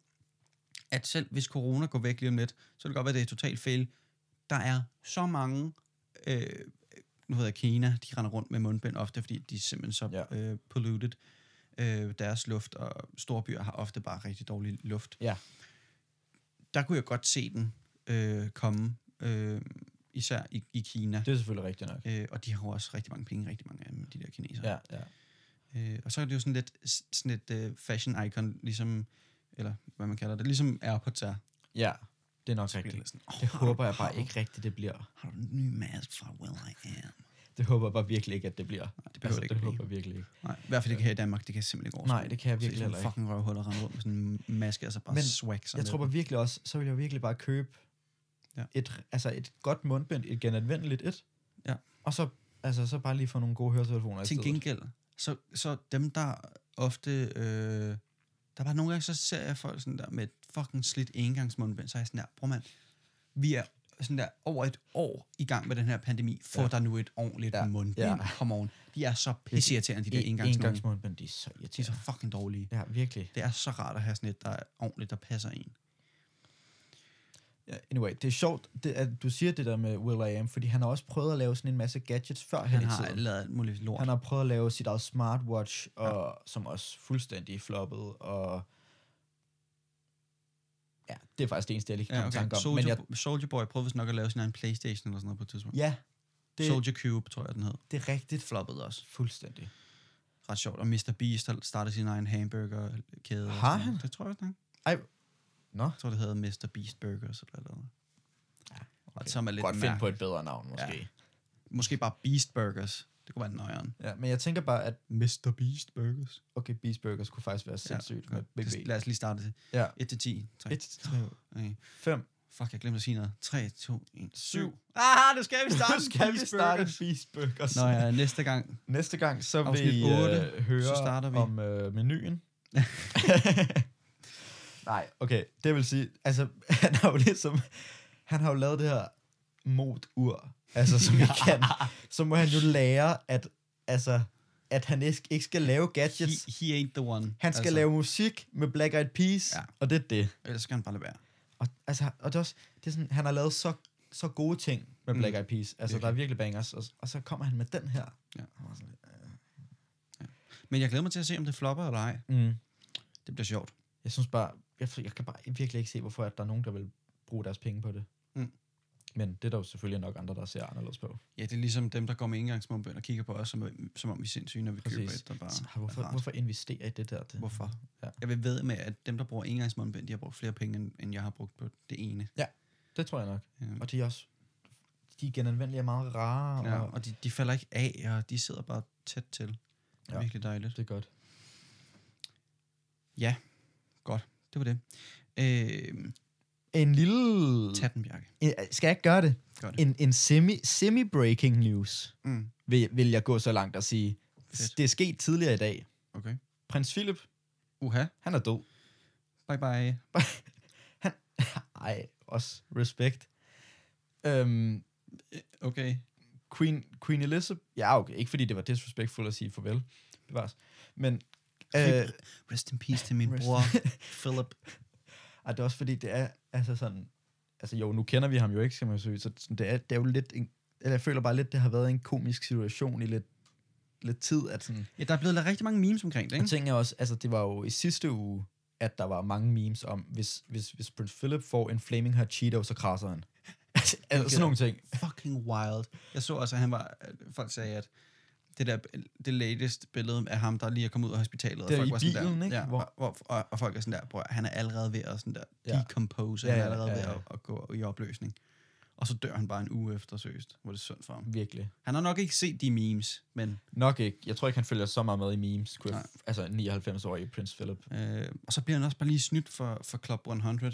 S2: at selv hvis corona går væk lige om lidt, så vil det godt være, at det er totalt fail. Der er så mange, øh, nu hedder Kina, de render rundt med mundbind ofte, fordi de er simpelthen så ja.
S1: Ja.
S2: øh, polluted. Øh, deres luft, og store byer har ofte bare rigtig dårlig luft.
S1: Ja.
S2: Der kunne jeg godt se den øh, komme, øh, især i, i Kina.
S1: Det er selvfølgelig rigtigt nok.
S2: Øh, og de har jo også rigtig mange penge, rigtig mange af dem, de der kinesere.
S1: Ja, ja.
S2: Øh, og så er det jo sådan lidt s- sådan et øh, fashion icon, ligesom, eller hvad man kalder det, ligesom Airpods er.
S1: Ja, det er nok
S2: Eller
S1: rigtigt.
S2: sådan, "Åh,
S1: Det
S2: har
S1: håber
S2: du-
S1: jeg bare
S2: har du-
S1: ikke rigtigt, det bliver.
S2: Har du en ny mask fra Well I Am?
S1: Det håber jeg bare virkelig ikke, at det bliver.
S2: Nej, det behøver altså, det
S1: det
S2: ikke
S1: håber
S2: blive.
S1: jeg virkelig ikke.
S2: Nej, i hvert fald ikke her i Danmark, det kan jeg simpelthen ikke overskue.
S1: Nej, det kan jeg
S2: Se
S1: virkelig
S2: sådan
S1: heller
S2: en
S1: ikke.
S2: fucking røvhul og rende rundt med sådan en maske, og så bare
S1: Men
S2: swag sig
S1: Jeg
S2: med
S1: tror
S2: den.
S1: bare virkelig også, så vil jeg virkelig bare købe
S2: Ja.
S1: ja. et, altså et godt mundbind, et genanvendeligt et.
S2: Ja.
S1: Og så, altså, så bare lige få nogle gode høretelefoner. i
S2: Til
S1: stedet.
S2: gengæld, så, så dem, der ofte... Øh, der er bare nogle gange, så ser jeg folk sådan der med et fucking slidt engangsmundbind, så er jeg sådan der, bror mand, vi er sådan der over et år i gang med den her pandemi, få ja.
S1: Ja.
S2: dig nu et ordentligt ja.
S1: Ja.
S2: mundbind, ja.
S1: Ja.
S2: come on. De er så pisseirriterende, de der
S1: E-
S2: engangsmundbind.
S1: engangsmundbind, de er så
S2: De er så
S1: irriterende.
S2: fucking dårlige.
S1: Ja, virkelig.
S2: Det er så rart at have sådan et, der er ordentligt, der passer en.
S1: Ja, Anyway, det er sjovt, det, at du siger det der med Will I Am, fordi han har også prøvet at lave sådan en masse gadgets før
S2: Han
S1: i
S2: har
S1: tiden.
S2: lavet alt muligt lort.
S1: Han har prøvet at lave sit eget smartwatch, og, ja. som også fuldstændig floppede, og ja, det er faktisk det eneste, jeg lige kan
S2: Ja,
S1: komme i
S2: okay.
S1: tanke om.
S2: Soldier,
S1: men jeg,
S2: Soldier Boy prøvede vist nok at lave sin egen Playstation eller sådan noget på et tidspunkt.
S1: ja,
S2: Det,
S1: det,
S2: Soldier Cube, tror jeg, den hed.
S1: det er rigtigt
S2: Floppede også.
S1: fuldstændig.
S2: ret sjovt. Og Mr. Beast har startet sin egen hamburgerkæde. og
S1: Har
S2: sådan noget.
S1: han?
S2: Det tror jeg nok.
S1: Ej, nå.
S2: Jeg tror, det hedder Mr. Beast Burgers eller noget. Okay. Og så er man lidt
S1: Godt finde på
S2: mærkeligt.
S1: et bedre navn, måske.
S2: Måske bare Beast Burgers. Det kunne være nøjeren.
S1: Ja. ja, men jeg tænker bare, at
S2: Mr. Beast Burgers.
S1: okay, Beast Burgers kunne faktisk være sindssygt ja, med Big B.
S2: Det, lad os lige starte til.
S1: Ja.
S2: 1 til 10. 3.
S1: 1, 2,
S2: Okay.
S1: 5,
S2: Fuck, jeg glemte at sige noget. 3, 2, 1, 7.
S1: Syv.
S2: Ah, nu skal vi starte.
S1: Nu skal vi
S2: Beast
S1: starte
S2: Burgers.
S1: Beast Burgers.
S2: Nå ja, næste gang.
S1: Næste gang, så vil
S2: Afsnit
S1: I
S2: otte,
S1: øh, høre
S2: så starter vi.
S1: om øh, menuen. Nej, okay, det vil sige, altså, han har jo ligesom, han har jo lavet det her mod-ur, altså, som vi kan. Så må han jo lære, at, altså, at han ikke ikke skal lave
S2: He,
S1: gadgets.
S2: he ain't the one.
S1: Han skal altså. lave musik med Black Eyed Peas,
S2: Ja.
S1: ja. og det er det.
S2: Ellers skal han bare lade være.
S1: Og, altså, og det er også, det er sådan, han har lavet så, så gode ting med
S2: Mm.
S1: Black Eyed Peas. Altså,
S2: Virkelig.
S1: der er virkelig bangers, og, og så kommer han med den her.
S2: Ja.
S1: Og man er sådan lidt,
S2: Men jeg glæder mig til at se, om det flopper eller ej.
S1: Mm.
S2: Det bliver sjovt.
S1: Jeg synes bare, jeg, jeg kan bare virkelig ikke se, hvorfor at der er nogen, der vil bruge deres penge på det.
S2: Mm.
S1: Men det er der jo selvfølgelig nok andre, der ser anderledes på.
S2: Ja, det er ligesom dem, der går med engangsmundbind og kigger på os, som, som om vi er sindssyge, når vi Præcis. køber
S1: Præcis.
S2: et, der bare
S1: Så,
S2: er
S1: hvorfor,
S2: rart.
S1: hvorfor investere i det der? Det?
S2: Hvorfor?
S1: Ja.
S2: Jeg vil ved med, at dem, der bruger engangsmundbind, de har brugt flere penge, end, end jeg har brugt på det ene.
S1: Det tror jeg nok.
S2: Øhm,
S1: Og de er også, de er genanvendelige og meget rare.
S2: Ja,
S1: og,
S2: og de, de falder ikke af, og de sidder bare tæt til. Det er ja.
S1: Ja.
S2: virkelig dejligt.
S1: det er godt.
S2: Det var det. Øh,
S1: En lille...
S2: tag den, Bjarke.
S1: En, skal jeg ikke gøre det?
S2: Gør det.
S1: En, en semi, semi-breaking news,
S2: Mm,
S1: vil, vil jeg gå så langt at sige.
S2: Fedt.
S1: Det er sket tidligere i dag.
S2: okay.
S1: Prins Philip,
S2: Uha.
S1: han er død.
S2: Bye bye.
S1: Ej, også respekt. Øhm,
S2: Okay.
S1: Queen, Queen Elizabeth, ja okay, ikke fordi det var disrespectful at sige farvel, bevares, men øh,
S2: Øh, Rest in peace til min
S1: rest-
S2: bror, Philip.
S1: ej, det er også fordi, det er altså sådan, altså jo, nu kender vi ham jo ikke, skal man sige, så sådan, det, er, det er jo lidt, en, eller jeg føler bare lidt, det har været en komisk situation i lidt, lidt tid, at sådan,
S2: Ja, der er blevet lavet rigtig mange memes omkring det,
S1: og
S2: ikke?
S1: ting er også, altså det var jo i sidste uge, at der var mange memes om, hvis, hvis, hvis Prince Philip får en flaming hot Cheeto, så krasser han. altså, altså sådan nogle ting.
S2: fucking wild. Jeg så også, at han var, at folk sagde, at det der, det latest billede af ham, der lige er kommet ud af hospitalet. og
S1: Det er
S2: folk
S1: i
S2: var sådan
S1: bilen,
S2: der,
S1: ikke?
S2: Ja, hvor,
S1: Hvor-
S2: hvor, og, og, folk er sådan der, bror, han er allerede ved at sådan der
S1: Ja.
S2: decompose,
S1: Ja,
S2: han er
S1: ja,
S2: allerede
S1: ja,
S2: ved
S1: ja.
S2: at, at, gå i opløsning. Og så dør han bare en uge efter, seriøst, hvor det er synd for ham.
S1: Virkelig.
S2: Han har nok ikke set de memes, men,
S1: Nok ikke. Jeg tror ikke, han følger så meget med i memes. Kunne jeg,
S2: Nej.
S1: f- altså 99-årig Prince Philip.
S2: øh, og så bliver han også bare lige snydt for, for Club 100.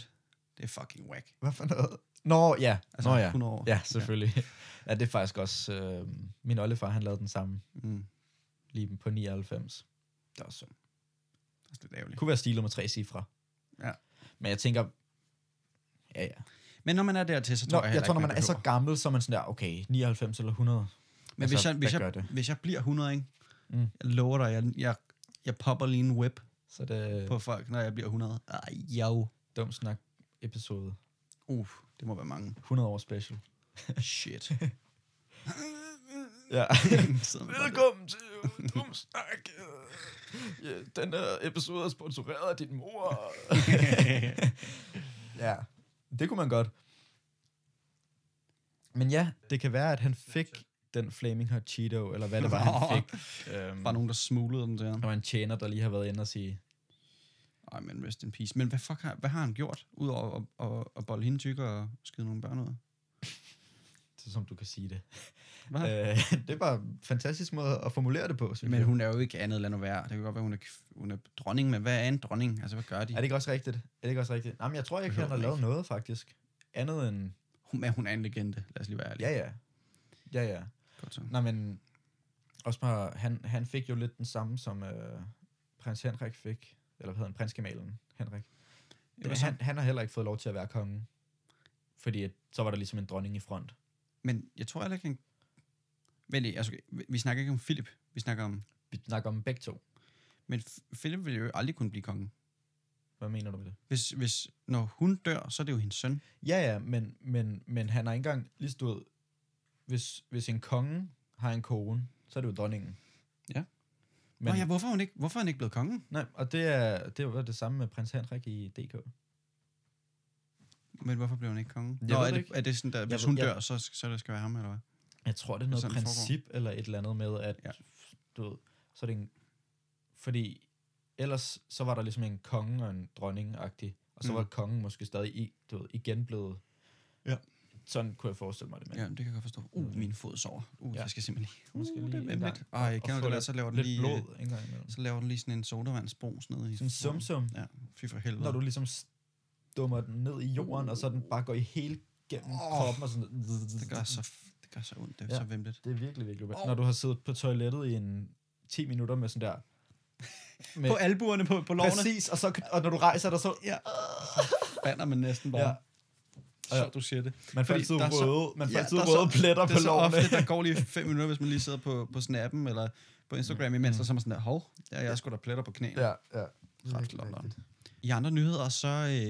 S2: Det er fucking whack.
S1: Hvad for noget? Nå, ja.
S2: Altså,
S1: Nå, ja.
S2: 100 år.
S1: Ja, selvfølgelig. Ja. ja, det er faktisk også... Øh, min oldefar, han lavede den samme
S2: Mm,
S1: lige på 99.
S2: det er også synd. Det er også lidt ærgerligt.
S1: Det kunne være stilet med tre cifre.
S2: Ja.
S1: Men jeg tænker... Ja, ja.
S2: Men når man er dertil, så tror
S1: Nå,
S2: jeg
S1: jeg
S2: heller
S1: tror, når
S2: ikke,
S1: man er så gammel, så er man sådan der, okay, 99 eller 100.
S2: Men altså, hvis,
S1: Altså,
S2: jeg, hvis,
S1: hvad gør
S2: jeg,
S1: det?
S2: hvis jeg bliver 100, ikke? Mm.
S1: Mm.
S2: Jeg lover dig, jeg, jeg, jeg popper lige en web
S1: Så er det
S2: på folk, når jeg bliver 100. Ej, jo.
S1: dum snak episode.
S2: Uh, det må være mange.
S1: 100 år special.
S2: Shit.
S1: Ja.
S2: Sådan var det.
S1: Velkommen til Dum Snak. Ja, den her episode er sponsoreret af din mor. ja, det kunne man godt. Men ja, det kan være, at han fik den Flaming Hot Cheeto, eller hvad det var, han fik. Øhm,
S2: Bare nogen, der smuglede den der.
S1: og en tjener, der lige har været inde og sige,
S2: Ej, men rest in peace. Men hvad, fuck har, hvad har han gjort, udover at, at, at bolle hende tykker og skide nogle børn ud?
S1: så som du kan sige det.
S2: Hvad? har-
S1: Øh, det var en fantastisk måde at formulere det på, synes
S2: Ah. Men
S1: jeg.
S2: hun er jo ikke andet land at være. Det kan godt være, hun er, kv- hun er dronning, men hvad er en dronning? Altså, hvad gør de?
S1: Er det ikke også rigtigt? Er det ikke også rigtigt? Jamen, jeg tror ikke,
S2: Behøver
S1: han har
S2: man
S1: lavet
S2: ikke.
S1: noget, faktisk. Andet end,
S2: Hun, men hun er en legende, lad os lige være ærlige.
S1: ja, ja. Ja, ja.
S2: Godt så.
S1: Nej, men også bare, han, han fik jo lidt den samme, som øh, prins Henrik fik. Eller hvad hedder han? Prinsgemalen Henrik.
S2: Det var
S1: Men
S2: så.
S1: han, han har heller ikke fået lov til at være konge. Fordi at, så var der ligesom en dronning i front.
S2: Men jeg tror heller ikke, han... Vent lige, altså, vi- vi snakker ikke om Philip. Vi snakker om...
S1: Vi snakker om begge to.
S2: Men F- Philip vil jo aldrig kunne blive konge.
S1: Hvad mener du med det?
S2: Hvis, hvis, når hun dør, så er det jo hendes søn.
S1: Ja, ja, men, men, men han har ikke engang lige stået... Hvis, hvis en konge har en kone, så er det jo dronningen.
S2: Ja. Men...
S1: Men,
S2: Nå, ja, hvorfor er, hun ikke, hvorfor er han ikke blevet konge?
S1: Nej, og det, er, det var det samme med prins Henrik i DK.
S2: Men hvorfor blev hun ikke konge?
S1: Jeg
S2: Nå,
S1: ved
S2: er
S1: det
S2: det,
S1: ikke.
S2: er det sådan, der, hvis
S1: ved-
S2: hun
S1: jeg-
S2: dør, så, så det skal være ham, eller hvad?
S1: Jeg tror, det er
S2: Det er
S1: noget
S2: sådan, det
S1: princip eller et eller andet med, at
S2: Ja.
S1: ja. du ved, så er det en, fordi ellers så var der ligesom en konge og en dronning agtig og så
S2: Mm.
S1: mm. var kongen måske stadig i, du ved, igen blevet...
S2: Ja.
S1: Sådan kunne jeg forestille mig det, men
S2: Ja, det kan jeg godt forstå. Uh, min fod sover. Uh, ja.
S1: Mm. Ja.
S2: jeg skal simpelthen lige... Uh,
S1: Måske lige
S2: det er
S1: en gang.
S2: lidt. Ej, kan
S1: få
S2: du det der,
S1: lidt-
S2: så laver den
S1: lidt
S2: lige... øh,
S1: blod en gang imellem.
S2: Så laver den lige sådan en sodavandsbrus ned i...
S1: Sådan en sumsum,
S2: Ja, fy for
S1: når
S2: helvede.
S1: du ligesom stummer den ned i jorden, og så den bare går i hele gennem
S2: Åh.
S1: kroppen og sådan...
S2: Det gør så, det gør så ondt, det er ja.
S1: Ja.
S2: så vimlet.
S1: Det er virkelig, virkelig ubehageligt.
S2: Åh.
S1: Når du har siddet på toilettet i en 10 minutter med sådan der... Med
S2: På albuerne, på, på lovene,
S1: Præcis, og, så, og når du rejser dig, så...
S2: Ja. Bander man næsten bare.
S1: Ja.
S2: Ja. Så
S1: Ja.
S2: du siger det.
S1: Man får
S2: Fordi
S1: altid
S2: der er så-
S1: røde, man får
S2: Ja,
S1: altid
S2: der er
S1: røde
S2: så-
S1: pletter
S2: Det
S1: på
S2: er så
S1: lårene.
S2: ofte, der går lige fem minutter, hvis man lige sidder på, på snappen eller på Instagram imens, og så er man sådan der, hov, ja, jeg er sgu da pletter på knæene. Ja.
S1: Mm. Ja, ja.
S2: Ret lommeren. I andre nyheder, så,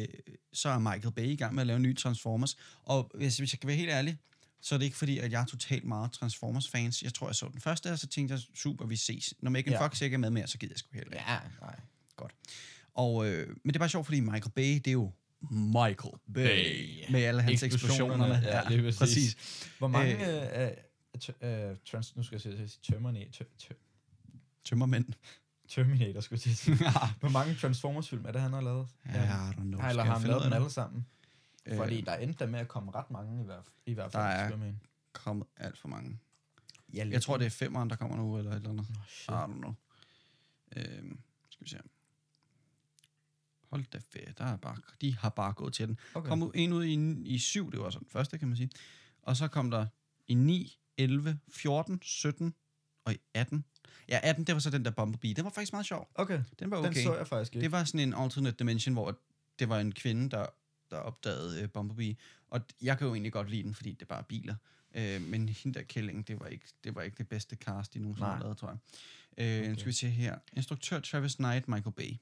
S2: øh, så er Michael Bay i gang med at lave nye Transformers. Og hvis, hvis jeg kan være helt ærlig, så er det ikke fordi, at jeg er totalt meget Transformers-fans. Jeg tror, jeg så den første, og så tænkte jeg, super, vi ses. Når Megan ja.
S1: Ja.
S2: Fox ikke er med mere, så gider jeg sgu heller ikke.
S1: Ja, nej.
S2: Og, øh, men det er bare sjovt, fordi Michael Bay, det er jo Michael Bay.
S1: Bay.
S2: Med alle hans
S1: Eksplosionerne,
S2: eksplosioner.
S1: ja, lige præcis. Hvor mange øh,
S2: Øh.
S1: øh, t- øh, trans, nu skal jeg til at sige Terminator, t- t-
S2: Tømmermænd.
S1: Terminator skulle jeg til at sige. Hvor mange Transformers-film er det, han har lavet?
S2: Ja, I don't know.
S1: Nej, eller har
S2: Skal jeg
S1: han
S2: finde
S1: lavet
S2: ud
S1: dem
S2: af
S1: alle sammen?
S2: det? Øh,
S1: Fordi der endte der med at komme ret mange i hvert, i hvert fald.
S2: Der er-
S1: skulle jeg mene.
S2: kommet Øh, alt for mange.
S1: Ja,
S2: Jeg tror, det er femeren, der kommer nu, eller et eller andet.
S1: Oh,
S2: I
S1: shit.
S2: don't know. Øhm, skal vi se. Hold da fedt, der er bare, de har bare gået til den. Okay.
S1: Okay.
S2: Kom ud- en ud i, i syv, det var så den første, kan man sige. Og så kom der i 9, 11, 14, 17 og i 18. Ja, 18, det var så den der Bumblebee. Den var faktisk meget sjov.
S1: Okay,
S2: Den var okay.
S1: den så jeg faktisk ikke.
S2: Det var sådan en alternate dimension, hvor det var en kvinde, der, der opdagede øh, Bumblebee. Og d- jeg kan jo egentlig godt lide den, fordi det er bare biler. Øh, men hende der kællingen, det var ikke det, var ikke det bedste cast, de nogensinde har
S1: Nej.
S2: lavet, tror jeg. Øh, okay. Nu
S1: Okay.
S2: skal vi se her. Instruktør Travis Knight, Michael Bay.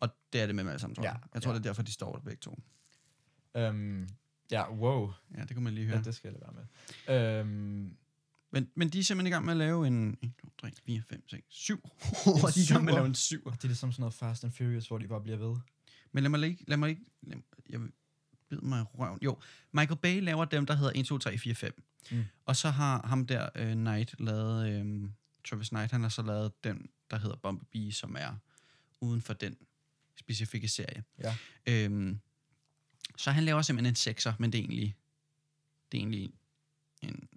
S2: Og det er det med dem alle sammen, tror jeg.
S1: Ja,
S2: Jeg tror,
S1: ja.
S2: det er derfor, de står der begge to.
S1: Øhm, ja, wow.
S2: Ja, det kunne man lige høre.
S1: Ja,
S2: Ja,
S1: det skal jeg lade være med. Øhm,
S2: men, men de er simpelthen i gang med at lave en... 1, 2, 3, 4, 5, 6, 7. de er i gang med at lave en 7.
S1: og det er ligesom sådan noget Fast and Furious, hvor de bare bliver ved.
S2: Men lad mig lige- lad mig ikke... Lad, jeg vil bide mig i røven. Jo, Michael Bay laver dem, der hedder 1, 2, 3, 4, 5. Mm.
S1: Mm.
S2: Og så har ham der, øh, Knight, lavet... Øh, Travis Knight, han har så lavet den, der hedder Bumblebee, som er uden for den specifikke serie.
S1: Ja.
S2: Øhm, så han laver simpelthen en sekser, men det er egentlig... Det er egentlig en...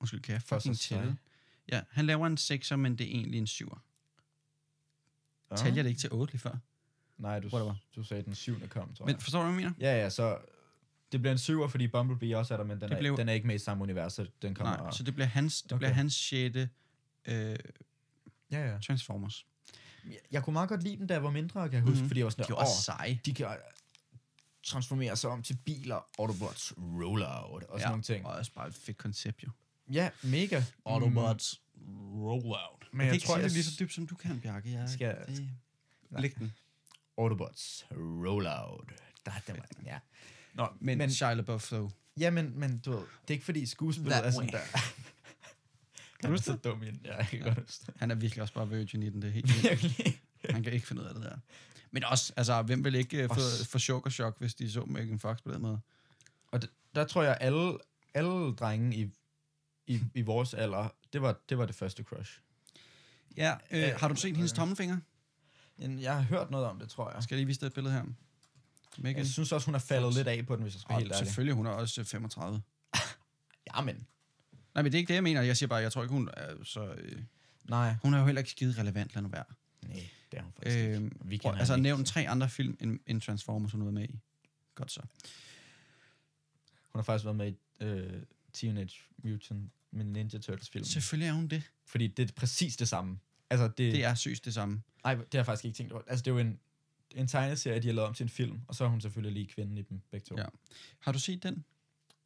S2: Undskyld, kan jeg
S1: For
S2: fucking
S1: sig selv.
S2: tælle? Ja, han laver en sekser, men det er egentlig en syver. Ja. Talte jeg det ikke til 8 lige før?
S1: Nej, du,
S2: Whatever.
S1: du sagde, den syvende kom, tror
S2: Men
S1: jeg.
S2: forstår du, hvad jeg mener?
S1: Ja, ja, så det bliver en syver, fordi Bumblebee også er der, men den,
S2: Det
S1: er,
S2: blev-
S1: den er ikke med i samme univers, så den kommer...
S2: Nej, så det bliver hans, det okay.
S1: Okay.
S2: bliver hans sjette øh,
S1: ja, ja.
S2: Transformers.
S1: Jeg, jeg kunne meget godt lide den, da jeg var mindre, kan jeg huske,
S2: Mhm.
S1: mm-hmm. fordi jeg var sådan
S2: De
S1: der,
S2: er også
S1: "Åh,
S2: seje.
S1: de kan transformerer sig om til biler, Autobots Rollout og sådan ja. nogle ting.
S2: Og også bare et fedt koncept, jo.
S1: Ja, mega.
S2: rollout.
S1: Men
S2: Men jeg, jeg kan
S1: jeg
S2: ikke
S1: tror,
S2: sige det
S1: jeg
S2: lige
S1: s-
S2: så dybt, som du kan, Bjarke. Jeg,
S1: Skal jeg-
S2: det,
S1: Nej.
S2: Læg den.
S1: Autobots Rollout. Der er det, man. Ja.
S2: Nå, men, men
S1: men-
S2: Shia LaBeouf, though.
S1: ja, men, men du ved, det er ikke fordi skuespillet
S2: That
S1: er sådan
S2: way.
S1: der.
S2: du
S1: kan
S2: huske
S1: så dum ind. Ja, jeg kan godt huske det.
S2: Han er virkelig også bare virgin i den, det er helt vildt.
S1: Virkelig.
S2: Han kan ikke finde ud af det der. Men også, altså, hvem vil ikke øh, få,
S1: Også-
S2: få chok og chok, hvis de så Megan Fox på den måde?
S1: Og d- der tror jeg, alle, alle drenge i, i, i vores alder, det var, det var det første crush.
S2: Ja, øh,
S1: Øh,
S2: har du set hendes
S1: øh.
S2: tommelfinger?
S1: Men Jeg har hørt noget om det, tror jeg.
S2: Skal jeg lige vise dig et billede her? Megan.
S1: Jeg synes også, hun har faldet lidt af på den, hvis jeg skal være helt
S2: Og
S1: ærlig.
S2: selvfølgelig, hun er også øh, 35.
S1: Jamen,
S2: Nej, men det er ikke det, jeg mener. Jeg siger bare, jeg tror ikke, hun er så... Øh,
S1: nej.
S2: hun er jo heller ikke skide relevant, lad nu være.
S1: Nej, det er hun faktisk øh,
S2: Øh,
S1: ikke. Vi
S2: prøv,
S1: kender
S2: altså,
S1: hende
S2: nævn
S1: ikke.
S2: tre andre film end, end Transformers, hun har været med i. Godt så.
S1: Hun har faktisk været med i øh, Teenage Mutant Ninja Turtles film.
S2: Selvfølgelig er hun det.
S1: Fordi det er præcis det samme. Altså, det,
S2: Det er sygt det samme.
S1: Ej, det har jeg faktisk ikke tænkt over. Altså, det er jo en, en tegneserie, de har lavet om til en film, og så er hun selvfølgelig lige kvinden i dem, begge to.
S2: Ja. Har du set den?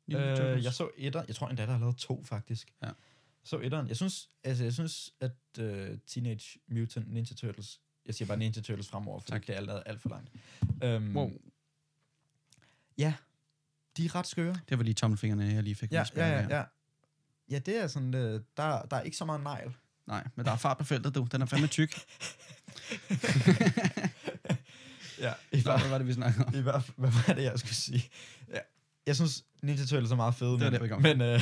S2: Ninja Turtles?
S1: Øh, jeg så etter, jeg tror endda, der har lavet to, faktisk.
S2: Ja.
S1: Jeg så etteren. Jeg synes, altså, jeg synes at øh, Teenage Mutant Ninja Turtles, jeg siger bare Ninja Turtles fremover, fordi
S2: Tak.
S1: det er allerede alt for langt. Øhm,
S2: Wow,
S1: Ja, de er ret skøre.
S2: det var lige tommelfingrene, jeg lige fik
S1: Ja,
S2: udspillet
S1: ja, ja,
S2: her.
S1: ja. Ja, det er sådan, øh, der, der er ikke så meget negl.
S2: Nej, men der er fart på feltet, du. Den er fandme tyk.
S1: Ja, i,
S2: Nå,
S1: hver,
S2: hvad var det, vi snakkede om?
S1: i hver, hvad var det, jeg skulle sige? Ja, jeg synes, Ninja Turtles er meget fede,
S2: Det var der, vi kom.
S1: men, men øh,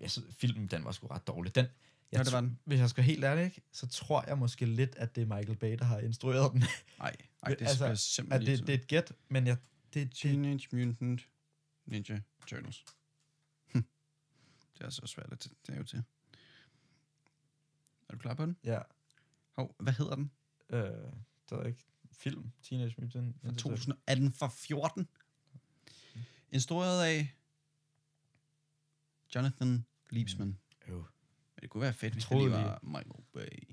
S1: jeg synes, filmen, den var sgu ret dårlig. Den, jeg
S2: Nå, det var
S1: tr-
S2: den.
S1: Hvis jeg skal helt ærlig, ikke, så tror jeg måske lidt, at det er Michael Bay, der har instrueret den.
S2: Nej, ej, det
S1: Altså,
S2: er
S1: at
S2: simpelthen
S1: det,
S2: lige
S1: det er et gæt, men jeg, det, det,
S2: Teenage Mutant Ninja Turtles. Hm. Det er så svært at tage jo til. Er du klar på den?
S1: ja,
S2: Hov, hvad hedder den?
S1: øh, det er ikke film, Teenage Mutant.
S2: Fra
S1: Ninja Turtles.
S2: 2000, er den fra 14? Instrueret af Jonathan Liebsman. Mm.
S1: Øv.
S2: Men det kunne være fedt, hvis det
S1: Troede
S2: lige var Michael Bay.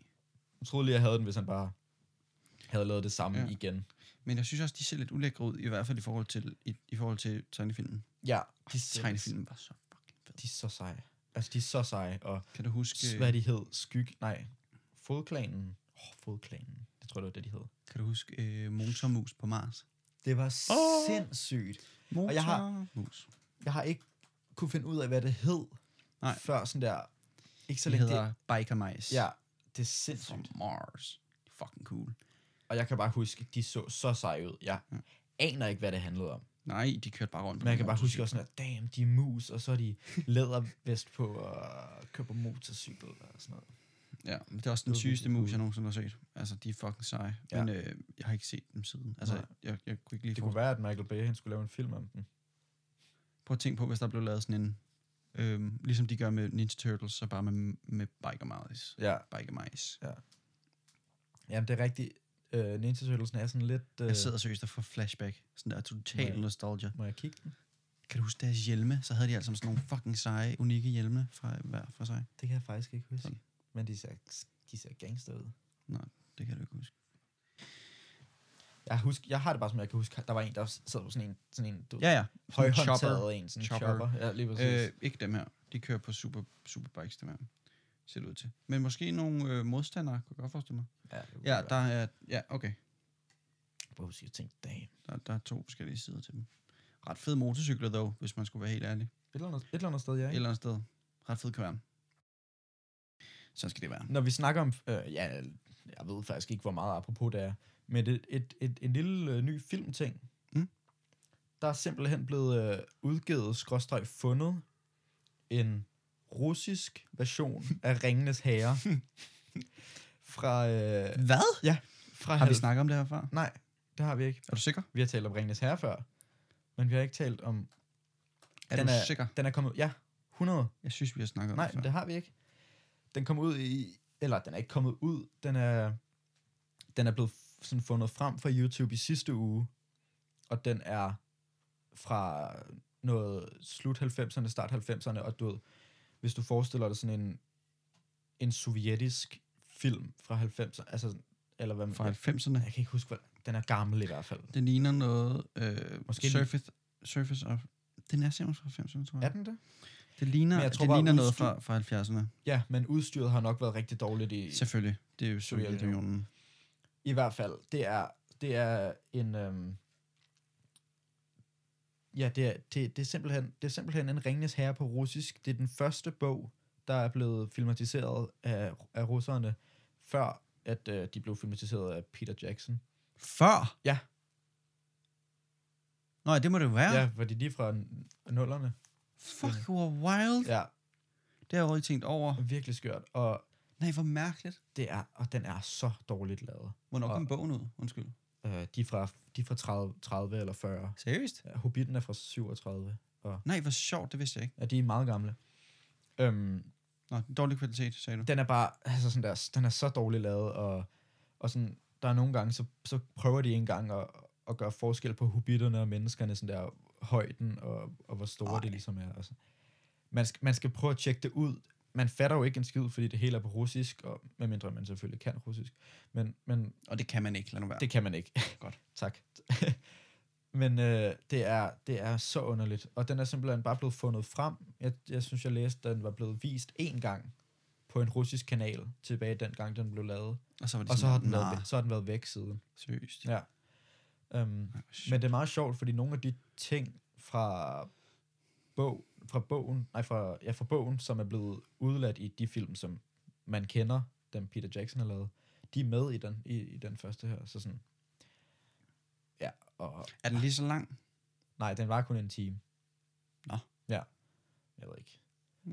S1: Jeg troede lige, jeg havde den, hvis han bare havde lavet det samme
S2: Ja.
S1: ja. igen.
S2: Men jeg synes også, de ser lidt ulækre ud, i hvert fald i forhold til, i, i forhold til tegnefilmen.
S1: Ja, de,
S2: Oh, tegnefilmen var så fucking fed.
S1: de er så seje. Altså, de er så seje, og
S2: Kan du huske,
S1: hvad de hed, Skyg, nej, Fodklanen. Åh, oh, Fodklanen, det tror jeg, det var det, de hed.
S2: kan du huske øh, Motormus på Mars?
S1: Det var
S2: Åh!
S1: oh. sindssygt.
S2: Motor.
S1: jeg har-
S2: Mus.
S1: Jeg har ikke kunne finde ud af, hvad det hed,
S2: Nej.
S1: før sådan der, ikke så
S2: Det
S1: længe
S2: hedder
S1: det.
S2: Biker Mice.
S1: Ja, det er
S2: From
S1: sindssygt.
S2: Mars. Fucking cool.
S1: Og jeg kan bare huske, de så så seje ud. Jeg aner ikke, hvad det handlede om.
S2: Nej, de kørte bare rundt. på
S1: Men jeg
S2: en
S1: kan bare huske
S2: motorcykel.
S1: også sådan, at damn, de er mus, og så er de lædervest på og køber motorcykel og sådan noget.
S2: Ja, men det er også den
S1: Det var
S2: sygeste
S1: virkelig
S2: mus, jeg nogensinde har set. Altså, de er fucking seje. Ja.
S1: Ja.
S2: Men øh, jeg har ikke set dem siden. Altså,
S1: Nej.
S2: jeg, jeg kunne ikke lige
S1: Det
S2: få...
S1: kunne være, at Michael Bay han skulle lave en film om den.
S2: Prøv at tænke på, hvis der blev lavet sådan en... Øhm, ligesom de gør med Ninja Turtles, så bare med, med Biker Mice.
S1: Ja,
S2: Biker Mice.
S1: jamen det er rigtigt. Øh, Ninja Turtles er sådan lidt... Øh,
S2: Jeg sidder seriøst og får flashback. Sådan der total
S1: Nej.
S2: nostalgia.
S1: Må jeg kigge den?
S2: Kan du huske deres hjelme? Så havde de altså sådan nogle fucking seje, unikke hjelme fra hver for sig.
S1: Det kan jeg faktisk ikke huske.
S2: Sådan.
S1: Men de ser, de ser gangster ud.
S2: Det kan du ikke huske.
S1: Jeg, husker, jeg har det bare som, jeg kan huske, der var en, der sad på sådan en, sådan en du,
S2: Ja, ja.
S1: højhåndtaget en, sådan en
S2: Chopper.
S1: chopper. Ja, lige præcis.
S2: Øh, ikke dem her. De kører på super, superbikes, dem her. Ser det ud til. Men måske nogle øh, modstandere, kunne jeg godt forestille mig.
S1: ja, det kunne
S2: Ja,
S1: godt
S2: der
S1: være.
S2: er, ja, okay.
S1: Jeg kan huske, jeg tænkte, damn.
S2: Der, der er to forskellige sider til dem. Ret fede motorcykler, dog, hvis man skulle være helt ærlig.
S1: Et eller andet, et eller andet sted, ja.
S2: Et
S1: Ikke?
S2: eller andet sted. Ret fed kværn. Sådan skal det være.
S1: Når vi snakker om, øh, ja, jeg ved faktisk ikke, hvor meget apropos det er, men et, et, et, en lille øh, ny filmting,
S2: Mm.
S1: der er simpelthen blevet øh, udgivet, skråstreg fundet, en russisk version af Ringenes Herre fra, øh,
S2: Hvad?
S1: fra
S2: Har vi
S1: halv-
S2: snakket om det her før?
S1: Nej, det har vi ikke.
S2: Er du sikker?
S1: Vi har talt om Ringenes Herre før, men vi har ikke talt om...
S2: Er
S1: den
S2: du
S1: er,
S2: sikker?
S1: Den er kommet... Ja, 100.
S2: Jeg synes, vi har snakket om
S1: Nej,
S2: det før.
S1: det har vi ikke. Den kom ud i... Eller, den er ikke kommet ud. Den er, den er blevet f- sådan fundet frem fra YouTube i sidste uge. Og den er fra noget slut 90'erne, start 90'erne. Og du ved, hvis du forestiller dig sådan en, en sovjetisk film fra 90'erne, altså, eller hvad man...
S2: Fra 90'erne.
S1: Jeg kan ikke huske, hvad... Den er gammel i hvert fald.
S2: Den ligner noget øh,
S1: Måske
S2: Måske
S1: den-
S2: Surface, Surface of... Den er simpelthen fra 90'erne, tror jeg.
S1: Er den det?
S2: Det
S1: Men
S2: ligner,
S1: jeg
S2: jeg
S1: tror
S2: tror det
S1: bare,
S2: ligner noget
S1: udstyr-
S2: fra, fra 70'erne.
S1: Ja, men udstyret har nok været rigtig dårligt i,
S2: Selvfølgelig. Det er jo
S1: Sovjetunionen.
S2: Sovjetunionen.
S1: i hvert fald. Det er, det er en... Øhm, ja, det er, det, det, er simpelthen, det er simpelthen en Ringnes Herre på russisk. Det er den første bog, der er blevet filmatiseret af, af russerne, før at øh, de blev filmatiseret af Peter Jackson.
S2: Før?
S1: Ja.
S2: Nå, ja, det må det jo være.
S1: Ja, ja var de lige fra n- nullerne?
S2: Fuck, you are wild. Ja.
S1: Ja,
S2: Det har jeg aldrig tænkt over.
S1: virkelig skørt. Og
S2: Nej, hvor mærkeligt.
S1: det er, og den er så dårligt lavet.
S2: Hvornår
S1: Og-
S2: kom bogen ud? Undskyld.
S1: Øh, de er fra, de er fra 30, 30 eller 40.
S2: Seriøst?
S1: Ja, Hobbiten er fra 37.
S2: Nej, hvor sjovt, det vidste jeg ikke.
S1: Ja, de er meget gamle. Øhm,
S2: Nå, dårlig kvalitet, sagde du.
S1: den er bare, altså sådan der, den er så dårligt lavet, og, og sådan, der er nogle gange, så, så prøver de engang at, at gøre forskel på hobitterne og menneskerne, sådan der højden, og, og hvor store Ej.
S2: Ej.
S1: det ligesom er. Altså. Man, skal, man skal prøve at tjekke det ud. Man fatter jo ikke en skid, fordi det hele er på russisk, og medmindre man selvfølgelig kan russisk. Men, men
S2: Og det kan man ikke, lad nu være.
S1: det kan man ikke.
S2: Godt.
S1: tak. Men øh, det, er, det er så underligt. Og den er simpelthen bare blevet fundet frem. Jeg, jeg synes, jeg læste, at den var blevet vist én gang på en russisk kanal tilbage dengang, den blev lavet.
S2: og så var det
S1: Og så
S2: sådan,
S1: har den,
S2: nah,
S1: været, væk- så har den været væk siden.
S2: Seriøst.
S1: Ja. Um,
S2: Ej, hvor sjovt.
S1: men det er meget sjovt, fordi nogle af de ting fra, bog, fra bogen, nej, fra, ja, fra bogen, som er blevet udladt i de film, som man kender, dem Peter Jackson har lavet, de er med i den, i, i den første her. Så sådan, ja, og
S2: Er den lige så lang?
S1: nej, den var kun en time.
S2: Nå.
S1: Ja, jeg ved ikke.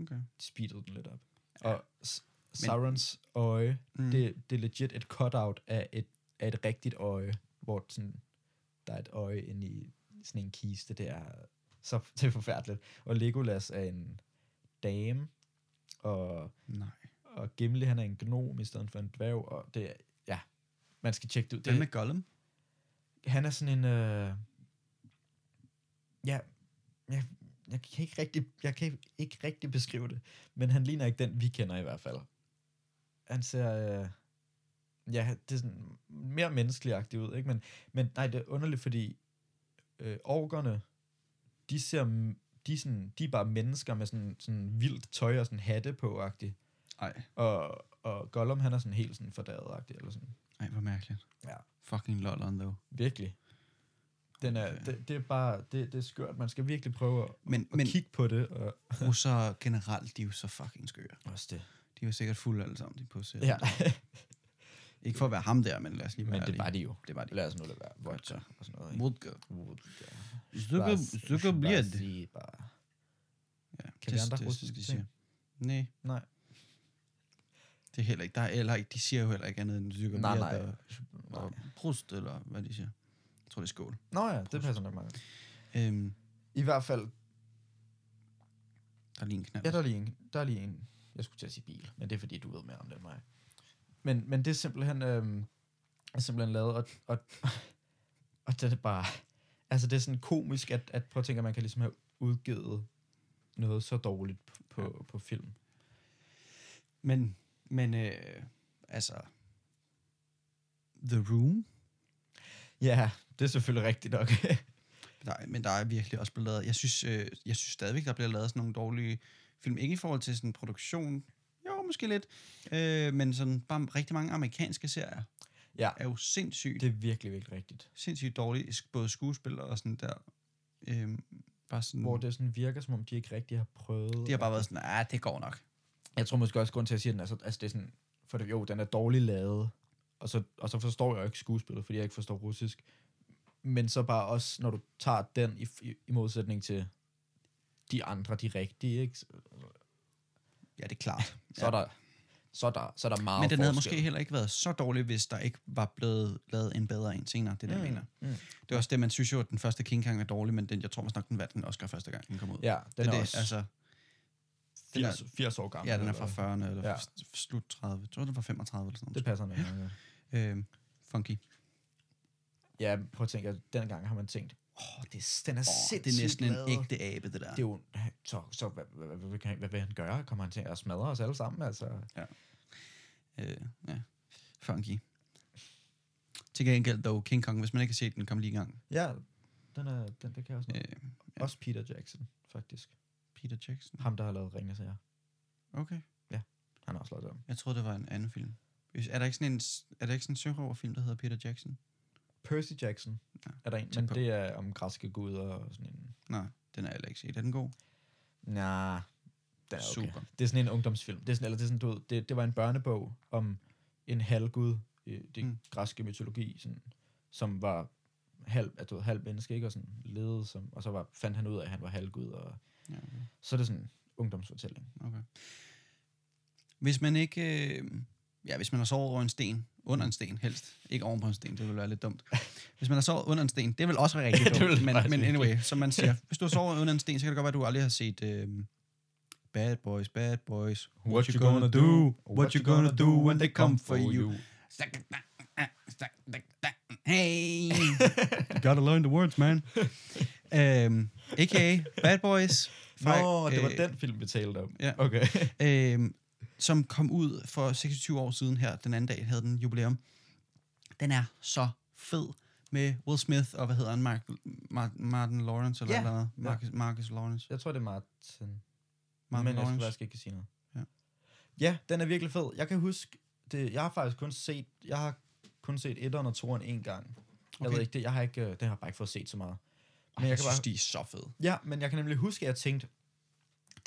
S2: Okay.
S1: De speedede den lidt op.
S2: Ja.
S1: Og S- Saurons øje,
S2: Mm.
S1: det, det er legit et cutout af et, af et rigtigt øje, hvor sådan, der er et øje inde i sådan en kiste. Det er så det er forfærdeligt. Og Legolas er en dame, og,
S2: Nej.
S1: og Gimli han er en gnom i stedet for en dværg, og det er, ja, man skal tjekke det ud.
S2: Hvad
S1: Det,
S2: med Gollum?
S1: han er sådan en, øh, ja, jeg, jeg, kan ikke rigtig, jeg kan ikke rigtig beskrive det, men han ligner ikke den, vi kender i hvert fald. Han ser, øh, ja, det er sådan mere menneskeligagtigt ud, ikke? Men, men nej, det er underligt, fordi øh, orkerne, de ser, m- de er, sådan, de er bare mennesker med sådan, sådan vildt tøj og sådan hatte på, agtigt.
S2: Nej.
S1: Og, og Gollum, han er sådan helt sådan fordaget, eller sådan.
S2: Nej, hvor mærkeligt.
S1: Ja.
S2: Fucking lolleren, though.
S1: Virkelig. Den er,
S2: Okay.
S1: det, det er bare, det, det er skørt. Man skal virkelig prøve at,
S2: Men,
S1: at
S2: men
S1: kigge på det. Og,
S2: russere generelt, de er jo så fucking skøre.
S1: også det.
S2: De er jo sikkert fulde alle sammen, de pusser.
S1: Ja.
S2: Ikke for at være ham der, men lad os lige være
S1: men det var
S2: ærlige.
S1: de jo.
S2: Det var det.
S1: Lad os nu lade være. Vodka
S2: så.
S1: og sådan noget. Ikke?
S2: Vodka.
S1: Vodka.
S2: Zucker,
S1: Bare s-
S2: Zucker bliver
S1: Bare
S2: det.
S1: sige bare.
S2: Ja,
S1: Kan vi andre russiske ting?
S2: Nej.
S1: Nej.
S2: Det er heller ikke. Der er heller ikke. De siger jo heller ikke andet end Zucker
S1: Nej,
S2: bliver
S1: nej.
S2: det, og, og Prost, eller hvad de siger. Jeg tror, det er skål.
S1: Nå ja, det passer nok meget.
S2: Øhm,
S1: I hvert fald,
S2: der er lige en knald.
S1: ja, der er lige en, der er lige en, jeg skulle til at sige bil, men det er fordi, du ved mere om det end mig. Men, men det er simpelthen, øhm, er simpelthen lavet, og, og, og det er bare, altså det er sådan komisk, at, at prøv at tænke, at man kan ligesom have udgivet noget så dårligt på, på, ja. på film.
S2: Men, men øh, altså... The Room.
S1: Ja, det er selvfølgelig rigtigt nok.
S2: Nej, men der er virkelig også blevet lavet... Jeg synes, øh, jeg synes stadigvæk, der bliver lavet sådan nogle dårlige film. Ikke i forhold til sådan produktion. Jo, måske lidt. Øh, men sådan bare rigtig mange amerikanske serier
S1: ja,
S2: er jo sindssygt
S1: det er virkelig, virkelig rigtigt.
S2: sindssygt dårlige, sk- både skuespillere og sådan der. Øhm, bare sådan,
S1: Hvor
S2: Hvor det,
S1: det sådan virker, som om de ikke rigtig har prøvet.
S2: de har bare været sådan, ah, det går nok.
S1: Jeg tror måske også, grund til at sige den, altså, altså det er sådan, for det, jo, den er dårlig lavet, og så, og så forstår jeg jo ikke skuespillet, fordi jeg ikke forstår russisk. Men så bare også, når du tager den i, i, i modsætning til de andre, de rigtige, ikke? så
S2: Ja, det er klart.
S1: så er der, så er der, så er der meget
S2: Men den havde
S1: forskel.
S2: måske heller ikke været så dårlig, hvis der ikke var blevet lavet en bedre en senere, det er det, jeg
S1: Mm,
S2: mener.
S1: mm.
S2: Det er også det, man synes jo, at den første King Kong er dårlig, men den, jeg tror måske nok, den vandt den Oscar første gang, den kom ud.
S1: Ja, den
S2: det
S1: er,
S2: er det,
S1: også
S2: altså,
S1: 80, 80 år gammel.
S2: ja, den er
S1: eller-
S2: fra 40'erne, eller
S1: Ja.
S2: ja. slut 30, jeg tror, den var 35 eller sådan
S1: Det
S2: noget.
S1: passer nok. meget godt.
S2: Øhm, funky.
S1: Ja, prøv at tænke, at dengang har man tænkt, åh, oh, det, den er oh,
S2: Oh,
S1: sindssygt
S2: det er næsten en
S1: lavet."
S2: ægte abe, det der.
S1: Det er jo, så, så hvad, hvad, hvad, hvad, kan han- hvad, vil han gøre? Kommer han til at smadre os alle sammen? Altså,
S2: Øh, ja. Funky. Til gengæld dog King Kong, hvis man ikke har set den, kom lige i gang.
S1: Ja, den, er, den, det kan jeg også noget.
S2: Øh,
S1: Ja. Også Peter Jackson, faktisk.
S2: Peter Jackson.
S1: Ham, der har lavet Ringnes her.
S2: Okay.
S1: Han har også lavet den.
S2: Jeg troede, det var en anden film. Hvis- Er der ikke sådan en, s- er der ikke sådan en sørøverfilm, der hedder Peter Jackson?
S1: Percy Jackson
S2: Ja,
S1: ja. er der en,
S2: tæt
S1: men
S2: på.
S1: det er om græske guder og sådan en...
S2: Nej, den har jeg heller ikke set. Er den god?
S1: Nja, det er okay.
S2: Super.
S1: Det er sådan en ungdomsfilm. Det, er sådan, eller det, er sådan, du ved, det, det var en børnebog om en halvgud i det
S2: Mm.
S1: mm. græske mytologi, sådan, som var halv, at du ved, halv menneske, ikke? og sådan levede som, og så var, fandt han ud af, at han var halvgud, og
S2: Ja, okay.
S1: så er det sådan en ungdomsfortælling.
S2: Okay. Hvis man ikke... Øh, ja, hvis man har sovet over en sten, under en sten helst, ikke ovenpå en sten, det ville være lidt dumt. Hvis man har sovet under en sten, det vil også være rigtig
S1: Ja, det
S2: dumt,
S1: ville
S2: men,
S1: faktisk
S2: men
S1: virkelig.
S2: anyway, som man siger, hvis du har sovet under en sten, så kan det godt være, at du aldrig har set øh, Bad Boys, Bad Boys, What, you gonna, do, What you gonna do when they come for you. Hey, you gotta learn the words, man. øhm, A.k.a. Bad Boys. fra,
S1: Nå, det var
S2: øh,
S1: den film, vi talte om.
S2: ja.
S1: Okay.
S2: øh, som kom ud for 26 år siden her, den anden dag havde den jubilæum. Den er så fed med Will Smith og hvad hedder han, Mark, Mar- Martin Lawrence eller
S1: Ja,
S2: yeah. noget, Marcus, Marcus Lawrence.
S1: Jeg tror, det er Martin.
S2: Martin
S1: men jeg skal
S2: Lawrence.
S1: faktisk ikke sige noget.
S2: Ja.
S1: ja, den er virkelig fed. Jeg kan huske, det, jeg har faktisk kun set, jeg har kun set etteren og toeren en gang. Jeg
S2: Okay.
S1: ved ikke, det, jeg har ikke, øh, den har jeg bare ikke fået set så meget.
S2: Men jeg,
S1: jeg
S2: kan
S1: kan
S2: synes,
S1: bare-
S2: de er så fede.
S1: Ja, men jeg kan nemlig huske, at jeg tænkte,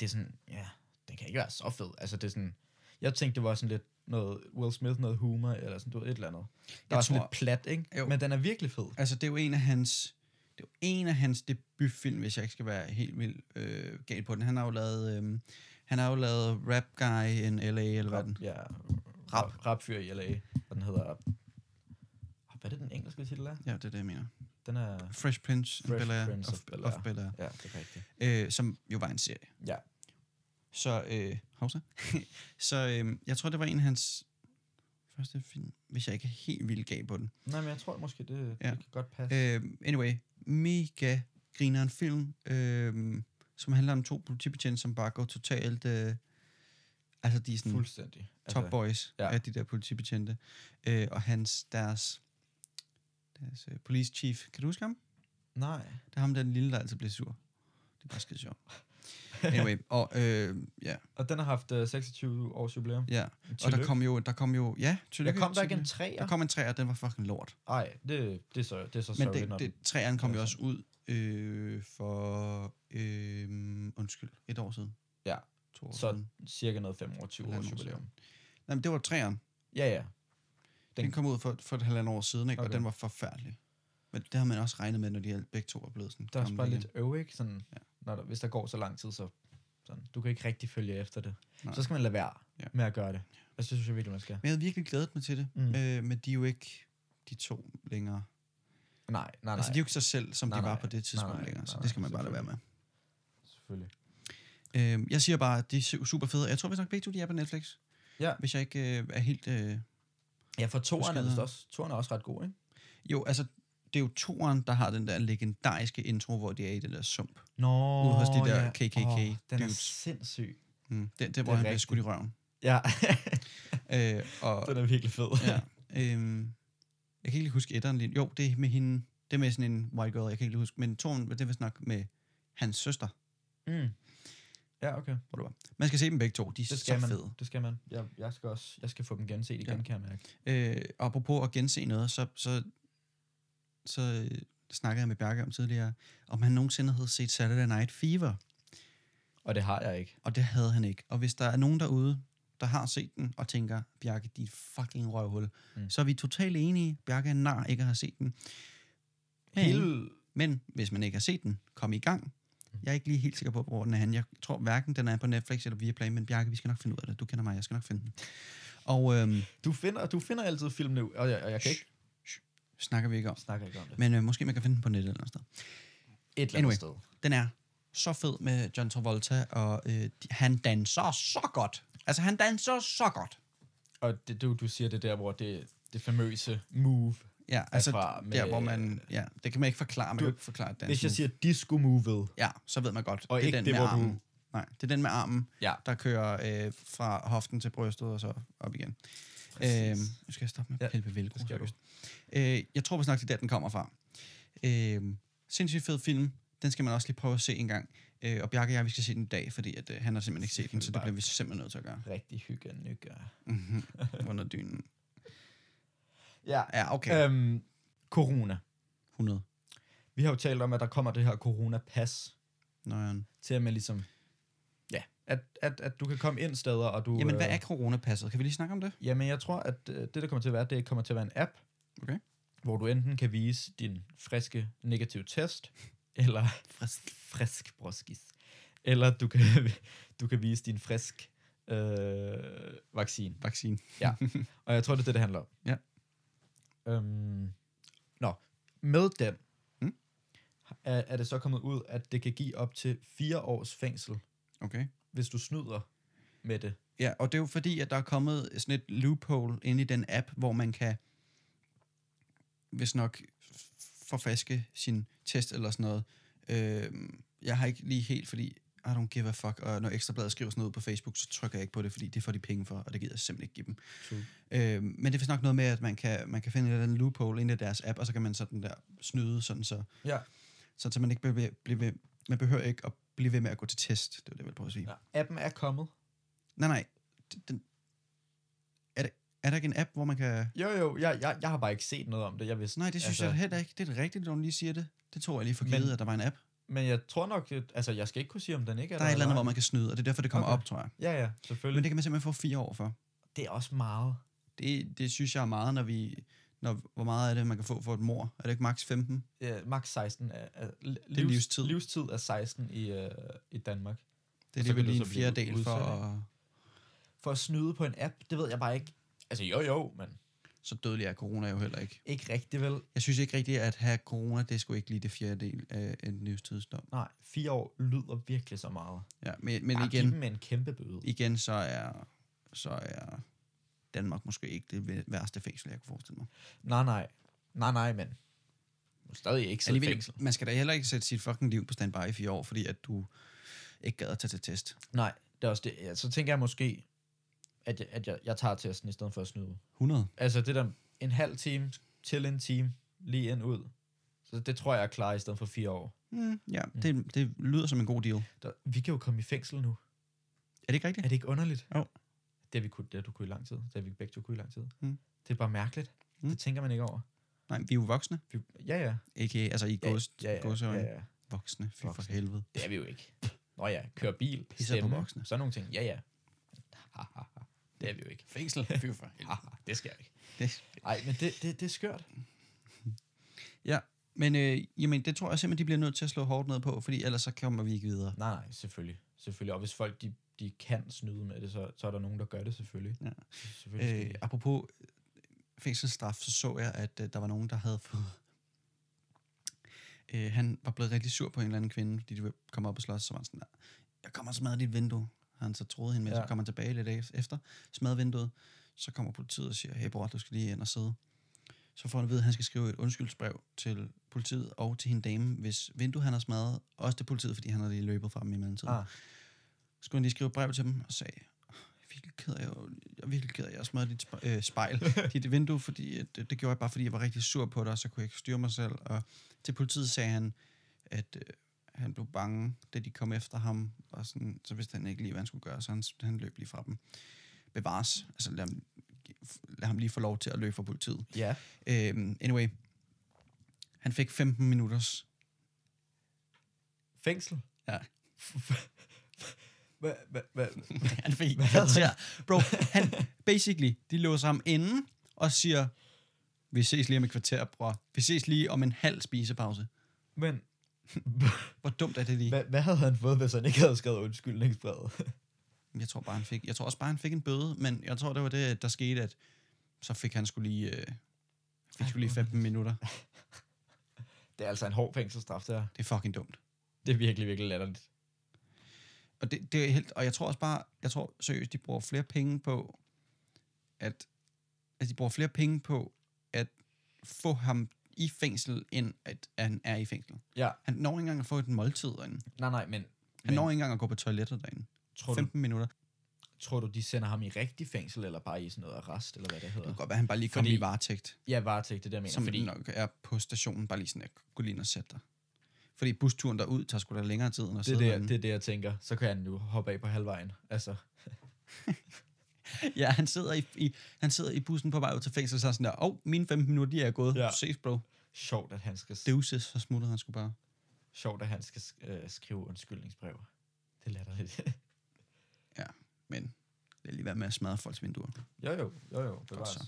S1: det er sådan, ja, den kan ikke være så fed. Altså, det er sådan, jeg tænkte, det var sådan lidt noget Will Smith, noget humor, eller sådan, du ved, et eller andet. Der
S2: Jeg
S1: var sådan
S2: tror-
S1: lidt plat, ikke?
S2: Jo.
S1: Men den er virkelig fed.
S2: Altså, det er jo en af hans... Det er jo en af hans debutfilm, hvis jeg ikke skal være helt vildt øh, gal på den. Han har jo lavet, øh, han har jo lavet Rap Guy in L.A., eller hvad den
S1: Ja, rap, rapfyr i LA, og den hedder, Ah, hvad er det, den engelske titel er?
S2: Ja, det er det, jeg mener.
S1: Den er,
S2: Fresh Prince,
S1: Fresh
S2: Bel-Air,
S1: Prince
S2: of,
S1: of Bel-Air.
S2: of Bel-Air.
S1: ja, det er rigtigt.
S2: øh, som jo var en serie.
S1: Ja.
S2: Så, øh, Havsa. så øh, jeg tror, det var en af hans første film, hvis jeg ikke er helt vildt gav på den.
S1: Nej, men jeg tror måske, det,
S2: Ja.
S1: ja. det kan godt passe. Øh,
S2: Øh, anyway, mega grineren film, øh, som handler om to politibetjente, som bare går totalt... Øh, altså, de er sådan
S1: Fuldstændig.
S2: top altså, boys ja.
S1: ja.
S2: af de der politibetjente. Øh, og hans, deres, deres øh, police chief, kan du huske ham?
S1: Nej.
S2: Det er ham, der er den lille, der altid bliver sur. Det er bare skide sjovt. Anyway, og øh, ja,
S1: Og den har haft uh, 26 års jubilæum.
S2: ja. Og der
S1: Tillykke.
S2: kom jo, der kom jo, ja, tillykke.
S1: Jeg kom der ikke
S2: tillykke.
S1: en træer?
S2: Der kom en træer, den var fucking lort.
S1: Nej, det, det, er så, det er altså. så
S2: Men
S1: sørgeligt.
S2: det,
S1: når
S2: det, træeren kom
S1: Ja,
S2: jo også ud øh, for, øh, undskyld, et år siden.
S1: Ja.
S2: To år så.
S1: Så-
S2: siden.
S1: den cirka noget 25
S2: Halvandet
S1: års
S2: år
S1: jubilæum.
S2: Nej, men det var træeren.
S1: Ja, ja.
S2: Den,
S1: Den-
S2: den kom ud for, for et halvandet år siden, ikke? Okay. og
S1: Okay.
S2: den var forfærdelig. Men det har man også regnet med, når de begge to er blevet sådan
S1: Der er også
S2: gamle
S1: bare
S2: igen.
S1: lidt øv, ikke? Sådan,
S2: Ja.
S1: ja. når der, hvis der går så lang tid, så sådan, du kan ikke rigtig følge efter det.
S2: Nej.
S1: Nej. Så skal man lade være
S2: Ja.
S1: ja. med at gøre det. Altså, det synes jeg virkelig, man skal.
S2: Men jeg havde virkelig glædet mig til det, mm.
S1: Mm.
S2: øh, men de er jo ikke de to længere.
S1: Nej, nej, nej.
S2: Altså, de er jo ikke sig selv, som
S1: Nej,
S2: de var
S1: nej.
S2: på det tidspunkt
S1: Nej, nej,
S2: længere, så
S1: nej,
S2: det skal
S1: nej,
S2: man bare lade være med.
S1: Selvfølgelig.
S2: Øh, jeg siger bare, at de er su- super fede. Jeg tror vist nok begge to, de er på Netflix.
S1: Ja.
S2: Hvis jeg ikke øh, er helt... Øh...
S1: Ja, for toeren er,
S2: Beskeder.
S1: vist også, toeren er også ret god, ikke?
S2: Jo, altså, det er jo toeren, der har den der legendariske intro, hvor de er i den der sump.
S1: Nå,
S2: Ude hos de der KKK
S1: Åh, den er
S2: dudes.
S1: sindssyg.
S2: Mm. Den, der, hvor
S1: er
S2: han bliver
S1: rigtigt.
S2: skudt i røven.
S1: Ja,
S2: Øh, og,
S1: den er virkelig fed.
S2: ja, øh, jeg kan ikke lige huske etteren lige. Jo, det er med hende. Det er med sådan en white girl, jeg kan ikke lige huske. Men toeren, det er vist nok med hans søster,
S1: Mm. Ja, okay.
S2: hvor det var. Man skal se dem begge to. De er
S1: Det
S2: så
S1: skal man.
S2: fede.
S1: Det skal man. Jeg, jeg skal også jeg skal få dem genset igen,
S2: Ja.
S1: ja. kan jeg mærke.
S2: Øh, og apropos at gense noget, så, så, så øh, snakkede jeg med Bjarke om tidligere, om han nogensinde havde set Saturday Night Fever,
S1: Og det har jeg ikke.
S2: og det havde han ikke. Og hvis der er nogen derude, der har set den, og tænker, Bjarke, dit fucking røvhul, mm.
S1: Mm.
S2: så er vi totalt enige, Bjarke er en nar ikke at have set den. Men, Hele...
S1: Hele...
S2: men hvis man ikke har set den, kom i gang. Jeg er ikke lige helt sikker på, hvor den er han. Jeg tror hverken, den er på Netflix eller Viaplay, men Bjarke, vi skal nok finde ud af det. Du kender mig, jeg skal nok finde den. Og øhm,
S1: Du finder, du finder altid film nu, og jeg, og jeg kan ikke
S2: snakker vi ikke om.
S1: snakke ikke om det.
S2: Men øh, måske man kan finde den på nettet eller noget sted.
S1: Et eller andet
S2: anyway.
S1: sted.
S2: Den er så fed med John Travolta, og øh, de- han danser så godt. Altså, han danser så godt.
S1: Og det, du, du siger det der, hvor det, det famøse move.
S2: Ja, altså,
S1: fra
S2: med, der
S1: med- øh,
S2: hvor man... Ja, det kan man ikke forklare. Man
S1: Du-
S2: kan ikke forklare dansen.
S1: Hvis jeg siger disco-movet.
S2: Ja, så ved man godt.
S1: Og
S2: det er
S1: ikke
S2: den
S1: det,
S2: med
S1: hvor du-
S2: armen. Nej, det er den med armen,
S1: Ja,
S2: der kører øh, fra hoften til brystet og så op igen.
S1: Præcis.
S2: Øhm, nu skal jeg stoppe med at
S1: Ja,
S2: pille ved velcro.
S1: det skal du.
S2: seriøst. Øh, jeg tror på snart, det er der, den kommer fra. Øhm, sindssygt fed film. Den skal man også lige prøve at se en gang. Øh, og Bjarke og jeg, vi skal se den i dag, fordi at, øh, han har simpelthen ikke set den, så det bliver vi simpelthen nødt til at gøre.
S1: Rigtig hygge nykker.
S2: Mhm. Under dynen.
S1: Ja,
S2: Ja, okay.
S1: øhm, corona.
S2: 100.
S1: Vi har jo talt om, at der kommer det her coronapas,
S2: Nøjeren.
S1: til at man ligesom, ja, at, at, at du kan komme ind steder, og du...
S2: Jamen,
S1: øh,
S2: hvad er coronapasset? Kan vi lige snakke om det?
S1: Jamen, jeg tror, at øh, det, der kommer til at være, det kommer til at være en app,
S2: Okay.
S1: hvor du enten kan vise din friske negative test, eller
S2: Frisk.
S1: frisk broskis, eller du kan, du kan vise din frisk øh, vaccine.
S2: Vaccine.
S1: Og jeg tror, det er det, det handler om.
S2: Ja.
S1: Øhm, nå, med den
S2: Mm.
S1: er, er det så kommet ud, at det kan give op til fire års fængsel,
S2: Okay.
S1: hvis du snyder med det.
S2: Ja, og det er jo fordi, at der er kommet sådan et loophole inde i den app, hvor man kan, hvis nok, f- forfaske sin test eller sådan noget. Øh, jeg har ikke lige helt, fordi I don't give a fuck, og når Ekstrabladet skriver sådan noget ud på Facebook, så trykker jeg ikke på det, fordi det får de penge for, og det gider jeg simpelthen ikke give dem.
S1: True.
S2: Øh, men det er vist nok noget med, at man kan, man kan finde en eller anden loophole inde i deres app, og så kan man sådan der snyde, sådan så,
S1: Ja.
S2: sådan så man ikke behøver, blive ved, man behøver ikke at blive ved med at gå til test. Det var det, jeg ville prøve at sige.
S1: ja. Appen er kommet.
S2: Nej, nej. D- Den, er, det, er der ikke en app, hvor man kan...
S1: Jo, jo, jeg, jeg, jeg har bare ikke set noget om det, jeg vidste.
S2: Nej, det synes altså,
S1: altså,
S2: jeg heller ikke. Det er da rigtigt, når du lige siger det. Det tror jeg lige for
S1: Men-
S2: givet, at der var en app.
S1: Men jeg tror nok, at, altså, jeg skal ikke kunne sige, om den ikke er
S2: Der er et eller andet, hvor
S1: ej.
S2: man kan snyde, og det er derfor, det kommer
S1: Okay.
S2: op, tror jeg.
S1: Ja, ja,
S2: Men
S1: selvfølgelig.
S2: det kan man simpelthen få fire år for.
S1: det, det er også meget.
S2: Det, det synes jeg er meget, når vi... Når, hvor meget er det, man kan få for et mor? Er det ikke maks 15?
S1: Ja, max 16 er, er,
S2: Det er livstid.
S1: Livstid er 16 i, øh, i Danmark.
S2: Det er
S1: Og så kan
S2: alligevel
S1: du
S2: lige
S1: så blive
S2: en
S1: ud-
S2: fjerdedel for,
S1: udsat,
S2: at,
S1: For at snyde på en app, det ved jeg bare ikke. Altså jo jo, men
S2: så dødelig er corona jo heller ikke.
S1: ikke rigtig vel.
S2: Jeg synes ikke rigtigt, at have corona, det skulle ikke lige det fjerdedel af en livstidsdom.
S1: Nej, fire år lyder virkelig så meget.
S2: Ja, men, men
S1: Men bare
S2: igen...
S1: igen. give dem en kæmpe bøde.
S2: igen, så er, så er Danmark måske ikke det væ- værste fængsel, jeg kunne forestille mig.
S1: Nej, nej. Nej, nej, men du er stadig ikke sidde i fængsel.
S2: man skal da heller ikke sætte sit fucking liv på standby i fire år, fordi at du ikke gad at tage til test.
S1: Nej, det er også det. Ja, så tænker jeg måske, at jeg, at jeg, jeg tager testen i stedet for at snyde.
S2: 100.
S1: Altså det der en halv time til en time, lige ind ud. Så det tror jeg er klar i stedet for fire år.
S2: Mm, ja, det, det lyder som en god deal.
S1: Der, vi kan jo komme i fængsel nu.
S2: Er det ikke rigtigt?
S1: Er det ikke underligt?
S2: Jo.
S1: Det har vi kunne, det har du kunne i lang tid. Det har vi begge to kunne i lang tid.
S2: Mm.
S1: Det er bare mærkeligt.
S2: Mm.
S1: Mm. Det tænker man ikke over.
S2: Nej, vi er jo voksne.
S1: Vi, ja, ja.
S2: Ikke, altså i
S1: Ja,
S2: gods,
S1: ja, ja, ja, ja.
S2: Voksne, fy for
S1: Voksne.
S2: helvede.
S1: Det er vi jo ikke. Nå ja, køre bil,
S2: Pisser på voksne.
S1: sådan nogle ting. Ja, ja. Ha, ha, ha. Det er vi jo ikke.
S2: Fængsel, fy for
S1: Ha, ha. Det skal jeg ikke.
S2: Det.
S1: Nej, men det, det, det er skørt.
S2: Ja, men øh, jamen, det tror jeg simpelthen, de bliver nødt til at slå hårdt ned på, fordi ellers så kommer vi ikke videre.
S1: Nej, nej, selvfølgelig. selvfølgelig. Og hvis folk de, de kan snyde med det, så, så er der nogen, der gør det selvfølgelig.
S2: Ja.
S1: Så selvfølgelig skal
S2: Øh, apropos fængselsstraf, så så jeg, at øh, der var nogen, der havde fået... Øh, han var blevet rigtig sur på en eller anden kvinde, fordi de kom op og slås, så var han sådan der, jeg kommer og smadrer dit vindue. Har han så troede hende med, ja. så
S1: Ja.
S2: kommer han tilbage lidt af- efter, smadrer vinduet, så kommer politiet og siger, hey bror, du skal lige ind og sidde. Så får han at vide, at han skal skrive et undskyldsbrev til politiet og til hende dame, hvis vinduet han har smadret, også til politiet, fordi han har lige løbet fra dem i mellemtiden
S1: Ah,
S2: skulle han lige skrive et brev til dem og sagde, "Ah, jeg er virkelig ked af, jeg er virkelig ked af, at jeg smadrede dit sp- øh, spejl, dit vindue, fordi at, øh, det, det gjorde jeg bare, fordi jeg var rigtig sur på dig, og så kunne jeg ikke styre mig selv. Og til politiet sagde han, at øh, han blev bange, da de kom efter ham, og sådan, så vidste han ikke lige, hvad han skulle gøre, så han, han løb lige fra dem. Bevares, altså lad ham, lad ham lige få lov til at løbe fra politiet.
S1: ja.
S2: Øhm, anyway, han fik 15 minutters
S1: Fængsel?
S2: Ja.
S1: Hvad? Hvad? Hvad?
S2: han fik
S1: Hvad
S2: Hvad
S1: havde
S2: kvarter. Bro, han, basically, de låser ham inde og siger, vi ses lige om et kvarter, bror. Vi ses lige om en halv spisepause.
S1: Men
S2: Hvor dumt er det lige?
S1: hvad, hvad havde han fået, hvis han ikke havde skrevet undskyldningsbrevet?
S2: Jeg tror, bare, han fik, jeg tror også bare, han fik en bøde, men jeg tror, det var det, der skete, at så fik han skulle lige, øh, fik
S1: Ej,
S2: skulle lige
S1: hvor
S2: 15 minutter.
S1: Det er altså en hård fængselsstraf, det her.
S2: Det er fucking dumt.
S1: Det er virkelig, virkelig latterligt.
S2: Og, det, det er helt, og jeg tror også bare, jeg tror seriøst, de bruger flere penge på, at, at de bruger flere penge på, at få ham i fængsel, end at, at han er i fængsel.
S1: Ja,
S2: Han når ikke engang at få et måltid derinde.
S1: nej, nej, men...
S2: Han
S1: men
S2: når ikke engang at gå på toilettet derinde.
S1: tror, du,
S2: 15 minutter.
S1: Tror du, de sender ham i rigtig fængsel, eller bare i sådan noget arrest, eller hvad det
S2: Det
S1: hedder?
S2: kunne godt være, at han bare lige kom
S1: Fordi-
S2: i varetægt.
S1: Ja, varetægt, det der mener.
S2: som
S1: fordi,
S2: fordi... nok er på stationen, bare lige sådan, at gå lige ind og sætte dig. Fordi busturen derud tager sgu da længere tid, end at
S1: det, er
S2: sidde
S1: det, jeg-
S2: derinde.
S1: det er det, jeg tænker. Så kan han jo hoppe af på halvvejen. Altså,
S2: Ja, han sidder i, i, han sidder i bussen på vej ud til fængsel, så er han sådan der, åh, oh, mine 15 minutter, de er gået. Ja.
S1: Ja.
S2: Ses, bro.
S1: sjovt, at han skal, det...
S2: Deuces, så smuttede han sgu bare.
S1: sjovt, at han skal øh, skrive undskyldningsbrev. Det lader lidt.
S2: Men lad lige være med at smadre folks vinduer.
S1: jo, jo, jo, jo. Bevares.
S2: så.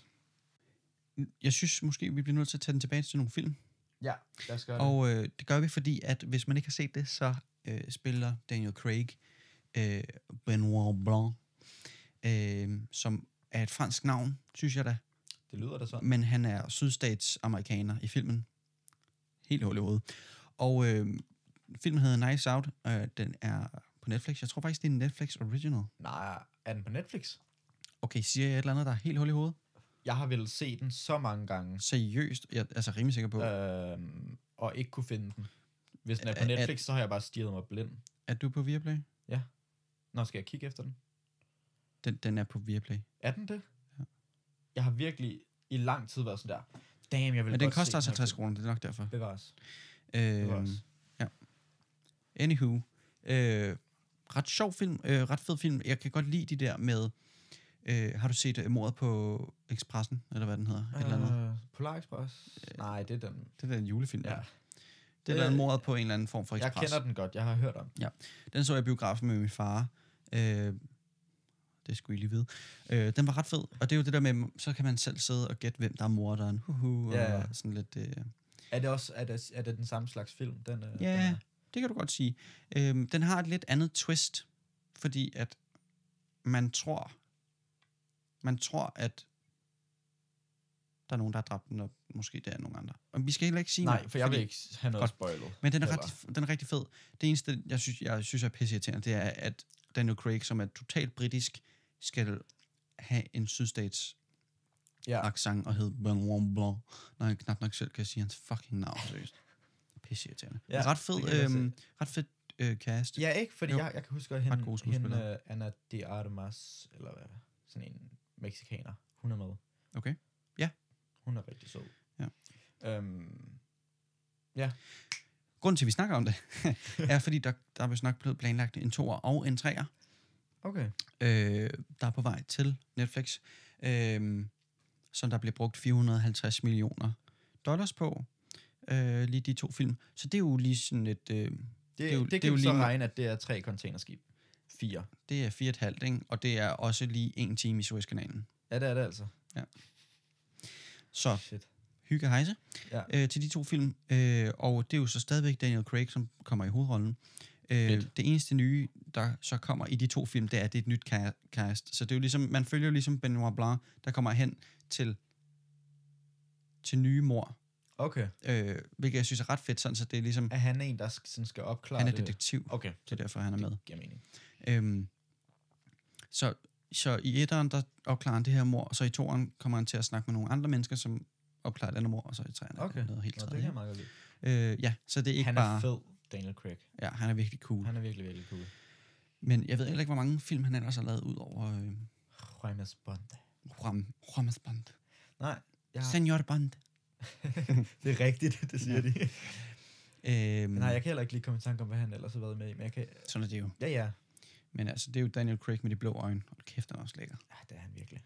S2: Jeg synes måske, vi bliver nødt til at tage den tilbage til nogle film.
S1: Ja, lad os gøre det.
S2: Og øh, det gør vi, fordi at hvis man ikke har set det, så øh, spiller Daniel Craig øh, Benoit Blanc, øh, som er et fransk navn, synes jeg da.
S1: Det lyder da sådan.
S2: men han er sydstatsamerikaner i filmen. Helt hul i hovedet. Og øh, filmen hedder Nice Out, øh, den er på Netflix. Jeg tror faktisk, det er en Netflix original.
S1: Nej, er den på Netflix?
S2: Okay, siger jeg et eller andet, der er helt hul i hovedet?
S1: Jeg har vel set den så mange gange,
S2: Seriøst? Jeg er altså rimelig sikker på. Øh.
S1: øhm, og ikke kunne finde den. Hvis den er
S2: Er-
S1: på
S2: er-
S1: Netflix, så har jeg bare stirret mig blind.
S2: Er du på Viaplay?
S1: Nå, skal jeg kigge efter den?
S2: Den, den er på Viaplay.
S1: Er den det? Jeg har virkelig i lang tid været sådan der, damn, jeg vil
S2: Men den
S1: godt se
S2: koster altså
S1: her
S2: 50
S1: film."
S2: kroner, det er nok derfor.
S1: Bevares.
S2: Øh,
S1: Bevares.
S2: anywho. Øh, ret sjov film, øh, ret fed film. Jeg kan godt lide de der med... Øh, har du set øh, mordet på Expressen, eller hvad den hedder? Et eller andet. Øh,
S1: Øh, Polar Express? Nej, det er den.
S2: Det er en julefilm.
S1: Ja.
S2: Ja. Det er
S1: Øh,
S2: øh, mordet på en eller anden form for
S1: Jeg
S2: ekspres.
S1: kender den godt, jeg har hørt om den.
S2: Den så jeg i biografen med min far. Øh, det skulle I lige vide. Øh, den var ret fed, og det er jo det der med, så kan man selv sidde og gætte, hvem der er morderen. Huhu,
S1: Ja,
S2: ja.
S1: ja.
S2: og sådan lidt... Øh,
S1: Er det også er det, er det den samme slags film? Den, øh,
S2: Ja.
S1: den er-
S2: det kan du godt sige. Øh, den har et lidt andet twist, fordi at man tror, man tror, at der er nogen, der har dræbt den, og måske det er nogen andre. Og vi skal heller ikke sige
S1: Nej,
S2: noget,
S1: for jeg
S2: fordi-
S1: vil ikke have noget
S2: Godt.
S1: spoilet.
S2: Men den er,
S1: Eller-
S2: ret, den er rigtig fed. Det eneste, jeg synes, jeg synes er pisseirriterende, det er, at Daniel Craig, som er totalt britisk, skal have en sydstats
S1: Ja.
S2: accent og hedde Benoit Blanc, når han knap nok selv kan sige hans fucking navn, seriøst. Pisseirriterende.
S1: Ja,
S2: Ja, ret
S1: det kan jeg
S2: fed,
S1: godt
S2: øhm, ret fed øh, cast.
S1: Ja, ikke? Fordi
S2: Jo.
S1: jeg, jeg kan huske, at
S2: gode
S1: hende,
S2: skuespillere.
S1: hende uh, Anna de Armas, eller hvad, sådan en mexikaner, hun er med.
S2: Okay. Ja.
S1: Hun er rigtig sød.
S2: Ja.
S1: Øhm,
S2: Grunden til, at vi snakker om det, er, fordi der, der er vist nok blevet planlagt en toer og en treer,
S1: okay.
S2: øh, der er på vej til Netflix, øh, som der bliver brugt 450 millioner dollars på, øh, lige de to film. Så det er jo lige sådan et, øh,
S1: Det, det, jo, det, det
S2: er
S1: kan
S2: jo
S1: vi så
S2: lige-
S1: regne, at det er tre containerskib. Fire.
S2: det er fire og et halvt, ikke? og det er også lige en time i Suezkanalen.
S1: Ja, det er det altså.
S2: Så
S1: Shit.
S2: hygge hejse
S1: Ja.
S2: øh, til de to film, øh, og det er jo så stadigvæk Daniel Craig, som kommer i hovedrollen. Øh,
S1: Fedt.
S2: det eneste nye, der så kommer i de to film, det er, at det er et nyt ca- cast. Så det er jo ligesom, man følger jo ligesom Benoit Blanc, der kommer hen til, til nye mor,
S1: Okay.
S2: øh, hvilket jeg synes er ret fedt, sådan så det er ligesom,
S1: Er han en, der sk- sådan skal opklare
S2: han er
S1: det?
S2: detektiv,
S1: Okay,
S2: det er derfor, han er med.
S1: giver mening.
S2: Øhm, så, så i etteren, der opklarer han det her mor, og så i toeren kommer han til at snakke med nogle andre mennesker, som opklarer et andet mor, og så i treeren er
S1: Okay.
S2: det noget helt
S1: Nå, det kan
S2: tredje.
S1: jeg meget godt lide.
S2: Øh, ja, så det er ikke
S1: Han
S2: bare...
S1: er fed, Daniel Craig.
S2: Ja, han er virkelig cool.
S1: Han er virkelig, virkelig cool.
S2: Men jeg ved heller ikke, hvor mange film han ellers har lavet ud over øh,
S1: James Bond.
S2: Ram, Rames Bond.
S1: Nej,
S2: Ja.
S1: Ja.
S2: Senior Bond.
S1: det er rigtigt, det siger de.
S2: Øhm,
S1: Nej, jeg kan heller ikke lige komme i tanke om, hvad han ellers har været med i, men jeg kan...
S2: Sådan er det jo.
S1: Ja, ja.
S2: Men altså, det er jo Daniel Craig med de blå øjne. Hold kæft, han er også lækker.
S1: Ja, Ah, det er han virkelig.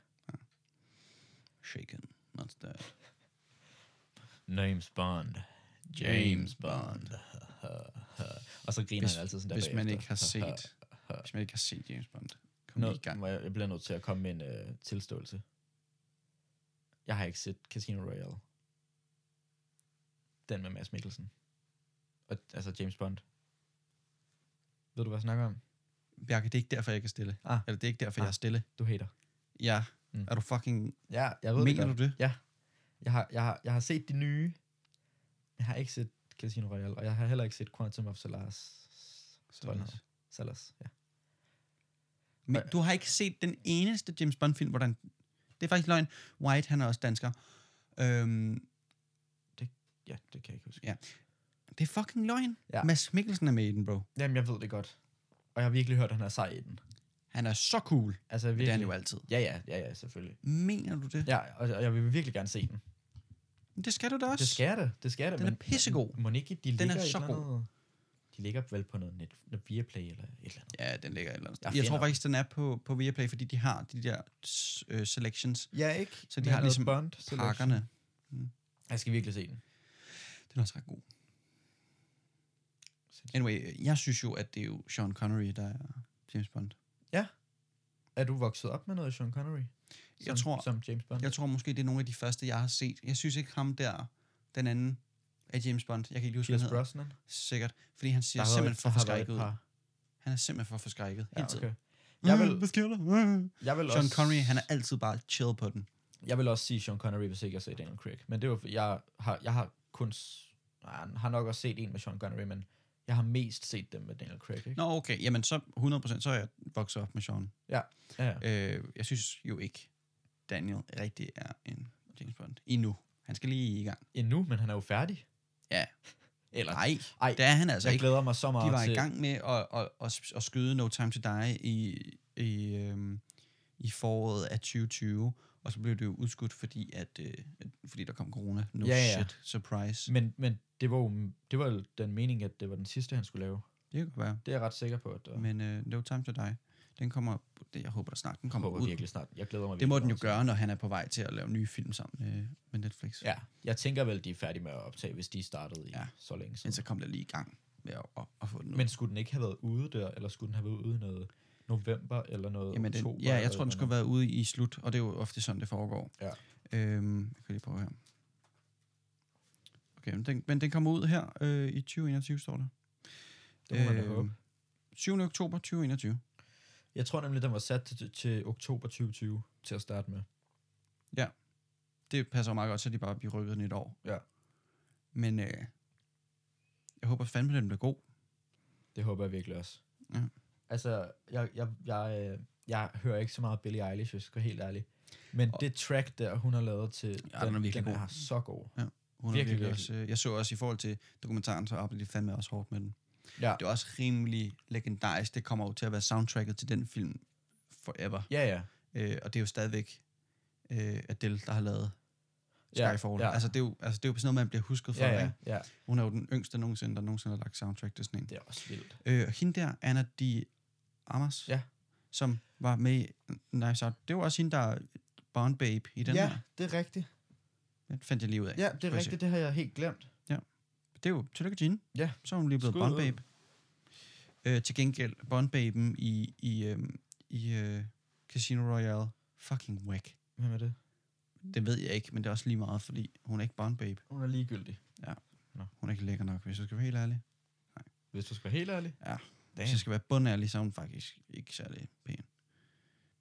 S2: Shaken, not stirred.
S1: Names Bond.
S2: James Bond.
S1: og så griner
S2: Hvis-
S1: han altid sådan der
S2: Hvis man
S1: bagefter.
S2: ikke har set, hvis man ikke har set James Bond, kom
S1: Nå,
S2: lige i gang.
S1: må jeg, jeg bliver nødt til at komme med en øh, tilståelse. Jeg har ikke set Casino Royale. Den med Mads Mikkelsen. Og, altså James Bond. Ved du, hvad jeg snakker om?
S2: Bjarke, det er ikke derfor, jeg ikke er stille.
S1: Ah.
S2: Eller det er ikke derfor,
S1: Ah.
S2: jeg er stille.
S1: Du hater.
S2: Ja.
S1: Mm.
S2: Er du fucking...
S1: Ja, jeg ved
S2: Mener
S1: det
S2: du
S1: godt.
S2: det?
S1: Jeg har, jeg, har, jeg har set de nye. Jeg har ikke set Casino Royale, og jeg har heller ikke set Quantum of Solace. Solace. Solace, ja.
S2: Men du har ikke set den eneste James Bond-film, hvor der er en- Det er faktisk løgn. White, han er også dansker. Øhm,
S1: Ja, det kan jeg ikke huske.
S2: det er fucking løgn.
S1: Ja.
S2: Ja. Mads Mikkelsen er med i den, bro.
S1: Jamen, jeg ved det godt. Og jeg har virkelig hørt, at han er sej i den.
S2: Han er så cool. Virkelig.
S1: Altså,
S2: Det er
S1: virkelig.
S2: han jo altid.
S1: Ja, ja, ja, ja, selvfølgelig.
S2: Mener du det?
S1: Ja, og, og jeg vil virkelig gerne se den.
S2: Men Det skal du da også.
S1: Det skal jeg da, det skal jeg da.
S2: Den er
S1: men-
S2: pissegod.
S1: Må den ikke, de
S2: Den er
S1: ligger et
S2: så
S1: eller andet- De ligger vel på noget net, noget Viaplay eller et eller andet.
S2: Ja, den ligger et eller andet sted.
S1: Jeg
S2: Jeg, jeg tror
S1: finder
S2: faktisk, den er på, på Viaplay, fordi de har de der s- øh, selections.
S1: Ja, ikke?
S2: Så de har ligesom
S1: Bond
S2: Pakkerne.
S1: Jeg skal virkelig se den.
S2: Den er også ret god. Anyway, øh, jeg synes jo, at det er jo Sean Connery, der er James Bond.
S1: Er du vokset op med noget Sean Connery? Som,
S2: Jeg tror-
S1: Som James Bond?
S2: Jeg tror måske, det er nogle af de første, jeg har set. Jeg synes ikke ham der, den anden, er James Bond. Jeg kan ikke huske, hvad
S1: Pierce
S2: han hedder.
S1: Brosnan?
S2: Sikkert. Fordi han ser
S1: har været-
S2: simpelthen for
S1: der har været
S2: forskrækket
S1: et
S2: ud.
S1: par.
S2: Han er simpelthen for forskrækket.
S1: Ja,
S2: hele tiden.
S1: okay. Jeg vil-
S2: Hvad sker der? Øh.
S1: Jeg vil
S2: Sean
S1: også,
S2: Connery, han er altid bare chill på den.
S1: Jeg vil også sige Sean Connery, hvis ikke jeg ser Daniel Craig. Men det var, jeg har, jeg har kun... s- Nej, jeg har nok også set en med Sean Connery, men jeg har mest set dem med Daniel Craig, ikke?
S2: Nå, okay. Jamen, så 100% så er jeg vokset op med Sean.
S1: Ja, ja.
S2: Øh, jeg synes jo ikke, Daniel rigtig er en James Bond. Endnu. Han skal lige i gang.
S1: Endnu, men han er jo færdig.
S2: Ja.
S1: Eller,
S2: Nej,
S1: ej,
S2: det er han altså
S1: jeg
S2: ikke.
S1: glæder mig så meget
S2: De var
S1: til...
S2: i gang med at, at, at, at skyde No Time To Die i, i, øhm, i foråret af 2020, og så blev det jo udskudt, fordi, at, øh, fordi der kom corona. No
S1: Ja,
S2: ja,
S1: ja.
S2: ja. shit, surprise.
S1: Men, men det var jo det var jo den mening, at det var den sidste, han skulle lave.
S2: Det kan godt være.
S1: Det er jeg ret sikker på, at der
S2: Men øh, No Time To Die, den kommer, det, jeg håber da snart, den kommer
S1: håber
S2: ud.
S1: virkelig snart. Jeg glæder mig
S2: Det må
S1: virkelig
S2: den jo
S1: meget til
S2: gøre, når han er på vej til at lave nye film sammen med, med Netflix.
S1: Ja, jeg tænker vel, de er færdige med at optage, hvis de startede i ja.
S2: Ja.
S1: så længe siden.
S2: Men så kom der lige i gang med at, at, at få den ud.
S1: Men skulle den ikke have været ude der, eller skulle den have været ude i noget november eller noget
S2: Jamen, den,
S1: oktober?
S2: ja,
S1: eller
S2: jeg tror, den
S1: et
S2: skulle
S1: eller
S2: have været ude i slut, og det er jo ofte sådan, det foregår.
S1: Ja.
S2: Øhm, jeg kan lige prøve her. Okay, men den, men den kommer ud her øh, i 2021, står der.
S1: andet? Det må man da
S2: øh,
S1: håbe.
S2: 7. oktober 2021.
S1: Jeg tror nemlig, den var sat til, til oktober 2020 til at starte med.
S2: Det passer jo meget godt, så de bare bliver rykket den et år.
S1: Ja.
S2: Men øh, jeg håber fandme, den bliver god.
S1: Det håber jeg virkelig også.
S2: Ja.
S1: Altså, jeg, jeg, jeg, øh, jeg hører ikke så meget Billie Eilish, hvis jeg skal være helt ærlig. Men
S2: Og-
S1: det track der, hun har lavet til,
S2: Ja, den er virkelig
S1: den
S2: god.
S1: er så god.
S2: Hun
S1: Virkelig,
S2: virkelig, virkelig.
S1: virkelig.
S2: Også, øh, jeg så også i forhold til dokumentaren, så arbejdede de fandme også hårdt med den.
S1: Ja.
S2: Det er også rimelig legendarisk. Det kommer jo til at være soundtracket til den film forever.
S1: Ja, ja.
S2: Øh, og det er jo stadigvæk øh, Adele, der har lavet
S1: Ja,
S2: Skyfall. Ja,
S1: ja.
S2: ja. Altså, det er jo, altså, det er jo sådan noget, man bliver husket for.
S1: Ja,
S2: Ja,
S1: ja,
S2: Ikke?
S1: ja.
S2: Hun er jo den yngste nogensinde, der nogensinde har lagt soundtrack til sådan en.
S1: Det er også vildt.
S2: Øh, og hende der, Anna de Amas,
S1: Ja.
S2: som var med i Knives Out, det var også hende, der er Bond Babe i den her.
S1: det er rigtigt.
S2: Det fandt jeg lige ud af.
S1: Ja, det er
S2: Prøv at se.
S1: rigtigt. Det har jeg helt glemt.
S2: Det er jo, tillykke Jean.
S1: Ja.
S2: Så er hun lige blevet
S1: Skud
S2: Bond
S1: ud.
S2: Babe. Øh, til gengæld, Bond Baben i, i, øh, i øh, Casino Royale. Fucking whack.
S1: Hvem er det?
S2: Det ved jeg ikke, men det er også lige meget, fordi hun er ikke Bond Babe.
S1: Hun er ligegyldig.
S2: Hun er ikke lækker nok, hvis jeg skal være helt ærlig.
S1: Hvis du skal være helt ærlig.
S2: Ja. Hvis
S1: Damn.
S2: jeg skal være bundærlig, så er hun faktisk ikke særlig pæn.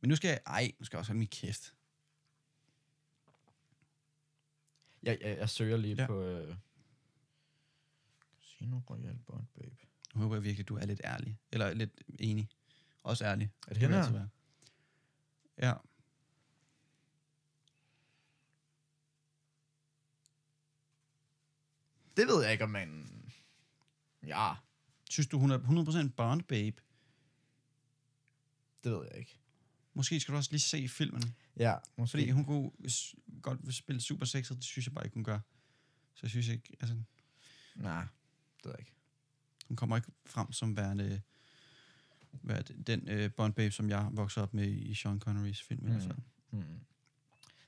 S2: Men nu skal jeg... Ej, nu skal jeg også holde min kæft.
S1: Jeg, jeg, jeg søger lige ja.
S2: Ja.
S1: på... Øh, Casino Royale Bond, babe.
S2: Nu håber jeg virkelig, du er lidt ærlig. Eller lidt enig. Også ærlig.
S1: Er det hende
S2: vil
S1: her?
S2: altid være. Ja.
S1: Det ved jeg ikke, om man... Ja,
S2: Synes du, hun er 100% Bond Babe?
S1: det ved jeg ikke.
S2: Måske skal du også lige se filmen.
S1: Ja, måske.
S2: Fordi hun kunne s- godt vil spille super sexet, det synes jeg bare ikke, hun gør. Så jeg synes ikke, altså,
S1: Nej, det ved jeg ikke.
S2: hun kommer ikke frem som værende, værende den øh, Bond Babe, som jeg voksede op med i Sean Connerys film. Mm. I hvert fald.
S1: Mm.